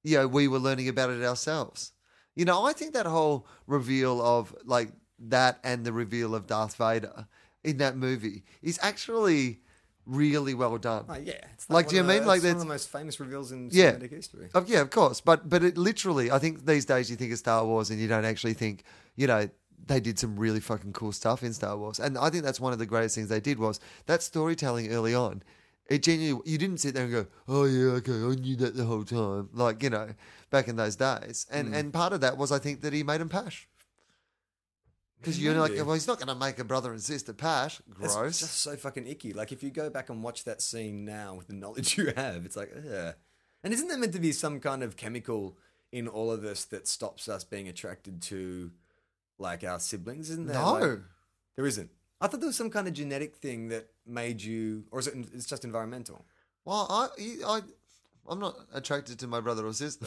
S3: you know, we were learning about it ourselves. You know, I think that whole reveal of like that and the reveal of Darth Vader in that movie is actually really well done.
S2: Oh, yeah. It's
S3: Like,
S2: one
S3: do you
S2: of
S3: mean,
S2: the,
S3: like,
S2: it's one of
S3: that's-
S2: the most famous reveals in
S3: Yeah.
S2: cinematic history?
S3: Of- Oh, yeah, of course. But but it literally, I think these days you think of Star Wars and you don't actually think, you know, they did some really fucking cool stuff in Star Wars. And I think that's one of the greatest things they did was that storytelling early on. It genuinely, you didn't sit there and go, oh yeah, okay, I knew that the whole time. Like you know, back in those days.
S2: Hmm.
S3: And and part of that was I think that he made him pash. Because you're like,
S2: Maybe.
S3: well, he's not going to make a brother and sister pash.
S2: It's
S3: Gross.
S2: just so fucking icky. Like if you go back and watch that scene now with the knowledge (laughs) you have, it's like, ugh. And isn't there meant to be some kind of chemical in all of us that stops us being attracted to like our siblings? Isn't there?
S3: no.
S2: like- there isn't. I thought there was some kind of genetic thing that made you, or is it? It's just environmental.
S3: Well, I, you- I, I'm not attracted to my brother or sister,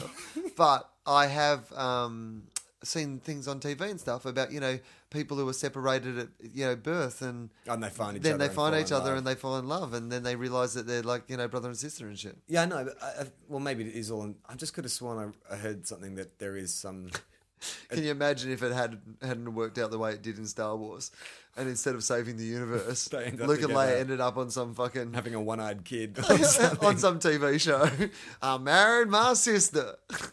S3: but I have um, seen things on TV and stuff about you know people who are separated at you know birth, and
S2: Oh, And they find each
S3: then
S2: other.
S3: they
S2: and
S3: find
S2: fall
S3: each
S2: in
S3: other
S2: love.
S3: and they fall in love, and then they realize that they're like you know brother and sister and shit.
S2: Yeah, I know. But I, I, well, maybe it is all. In, I just could have sworn I, I heard something that there is some. (laughs)
S3: Can you imagine if it had hadn't worked out the way it did in Star Wars, and instead of saving the universe,
S2: (laughs) They end up
S3: Luke and Leia
S2: together.
S3: ended up on some fucking
S2: Having a one-eyed
S3: (laughs)
S2: kid. (laughs) Uh, Or something.
S3: on some TV show. (laughs) I married my sister. (laughs)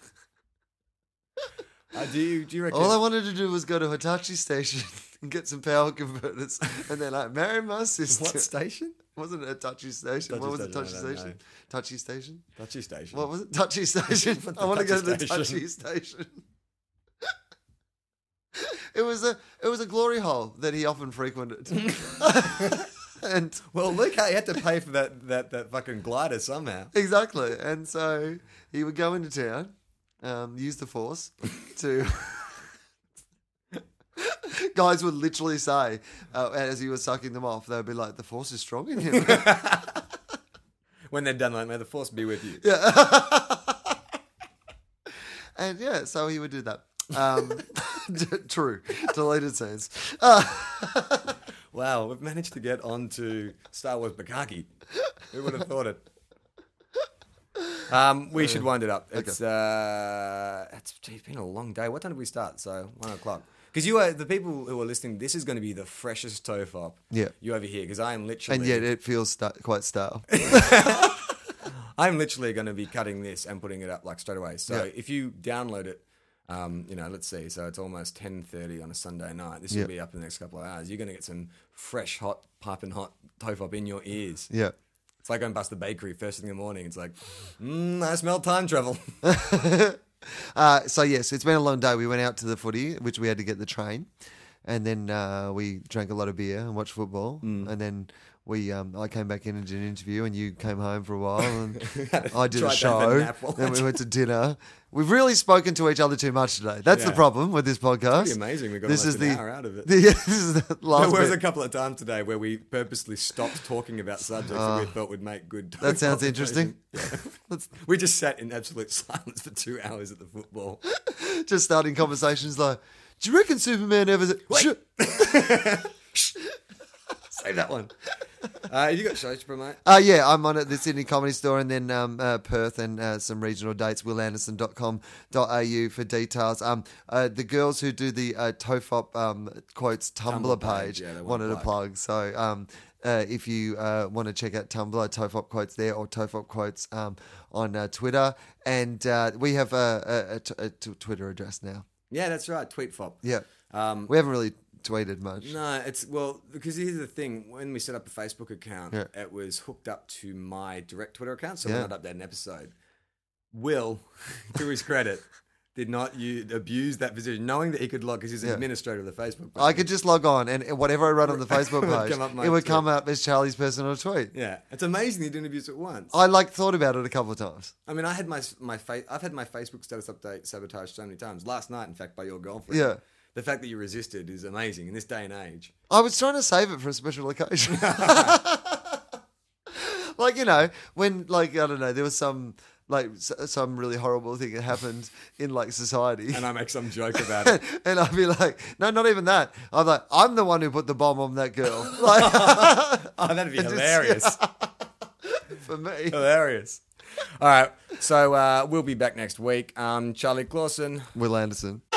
S2: Uh, do you do you reckon?
S3: All I wanted to do was go to Hitachi Station (laughs) and get some power converters, and then I married my sister.
S2: what station?
S3: Wasn't it Hitachi Station?
S2: Hitachi
S3: what was it? Hitachi
S2: Station, I don't
S3: Station? Touchy Station?
S2: Touchy station.
S3: What was it?
S2: (laughs)
S3: Touchy Station. I want to go to the Touchy Station. (laughs) it was a it was a glory hole that he often
S2: (laughs)
S3: frequented, (laughs) and
S2: Well, look how he had to pay for that, that, that fucking glider somehow.
S3: exactly, and so he would go into town, um, use the force to. (laughs) Guys would literally say, uh, as he was sucking them off, they'd be like, "The force is strong in him."
S2: When they're done, like, may the force be with you.
S3: and yeah, so he would do that. Um, (laughs) true, deleted scenes. Uh,
S2: Wow, we've managed to get onto Star Wars Bukaki. Who would have thought it? Um, we should wind it up. It's uh, it's, gee, it's been a long day. What time did we start? So one o'clock. Because you are the people who are listening. This is going to be the freshest tofop.
S3: Yeah.
S2: you over here because I am literally
S3: and yet, it feels sta- quite stale.
S2: I'm literally going to be cutting this and putting it up like straight away. So
S3: Yeah.
S2: if you download it, um, you know, let's see. So it's almost 10:30 on a Sunday night. This
S3: Yeah.
S2: will be up in the next couple of hours. You're going to get some fresh, hot, piping hot tofop in your ears.
S3: Yeah,
S2: It's like going past the bakery first thing in the morning. It's like, mm, I smell time travel. (laughs)
S3: Uh, so yes, it's been a long day. We went out to the footy, which we had to get the train, and then uh, we drank a lot of beer and watched football,
S2: Mm.
S3: and then we um, I came back in and did an interview, and you came home for a while, and (laughs) I did
S2: (laughs) Tried to
S3: a
S2: have a
S3: show,
S2: nap while
S3: then
S2: I
S3: we
S2: did-
S3: went to dinner. We've really spoken to each other too much today. That's the
S2: Yeah.
S3: problem with this podcast.
S2: Pretty amazing. We got
S3: This
S2: almost
S3: is
S2: an
S3: the
S2: hour out of it.
S3: the- (laughs) yeah, this is
S2: (laughs)
S3: the
S2: There
S3: last.
S2: was a
S3: bit.
S2: couple of times today where we purposely stopped talking
S3: (laughs)
S2: about subjects that we thought would make good.
S3: Ah. That sounds
S2: conversation.
S3: interesting. (laughs)
S2: We just sat in absolute (laughs) silence for two hours at the football.
S3: Just starting conversations like, "Do you reckon Superman ever?" Sure.
S2: Save that (laughs) one. Uh, you got shows to promote?
S3: Uh, yeah, I'm on at the Sydney Comedy Store and then um, uh, Perth and uh, some regional dates, willanderson.com.au for details. Um, uh, the girls who do the uh, TOEFOP um, quotes Tumblr,
S2: Tumblr
S3: page,
S2: page, yeah, they want
S3: wanted
S2: a
S3: to
S2: plug.
S3: plug. So um, uh, if you uh, want to check out Tumblr, TOEFOP quotes there or TOEFOP quotes um, on uh, Twitter. And uh, we have a, a, a, t- a t- Twitter address now.
S2: Yeah, that's right. Tweet fop.
S3: Yeah.
S2: Um,
S3: We haven't really tweeted much.
S2: no, it's well because here's the thing: when we set up a Facebook account,
S3: Yeah.
S2: it was hooked up to my direct Twitter account, so
S3: Yeah.
S2: when I'd update an episode, Will, (laughs) to his credit, did not u- abuse that position, knowing that he could log because he's an
S3: Yeah.
S2: administrator of the Facebook. Page.
S3: I could just log on and whatever I wrote on the
S2: (laughs)
S3: Facebook
S2: It would
S3: page,
S2: come up my
S3: it would
S2: tweet.
S3: come up as Charlie's personal tweet.
S2: yeah, it's amazing he didn't abuse it once.
S3: I like thought about it a couple of times.
S2: I mean, I had my my fa- I've had my Facebook status update sabotaged so many times. Last night, in fact, by your girlfriend.
S3: Yeah.
S2: The fact that you resisted is amazing in this day and age.
S3: I was trying to save it for a special occasion. (laughs) like you know, when like I don't know, there was some like s- some really horrible thing that happened in like society. (laughs)
S2: And I make some joke about it.
S3: And I'd be like, no, not even that. I'm like, I'm the one who put the bomb on that girl. (laughs) Like
S2: Oh, (laughs) that'd be
S3: just-
S2: hilarious.
S3: for me,
S2: Hilarious. All right. So uh, we'll be back next week. Um, Charlie Clausen.
S3: Will Anderson.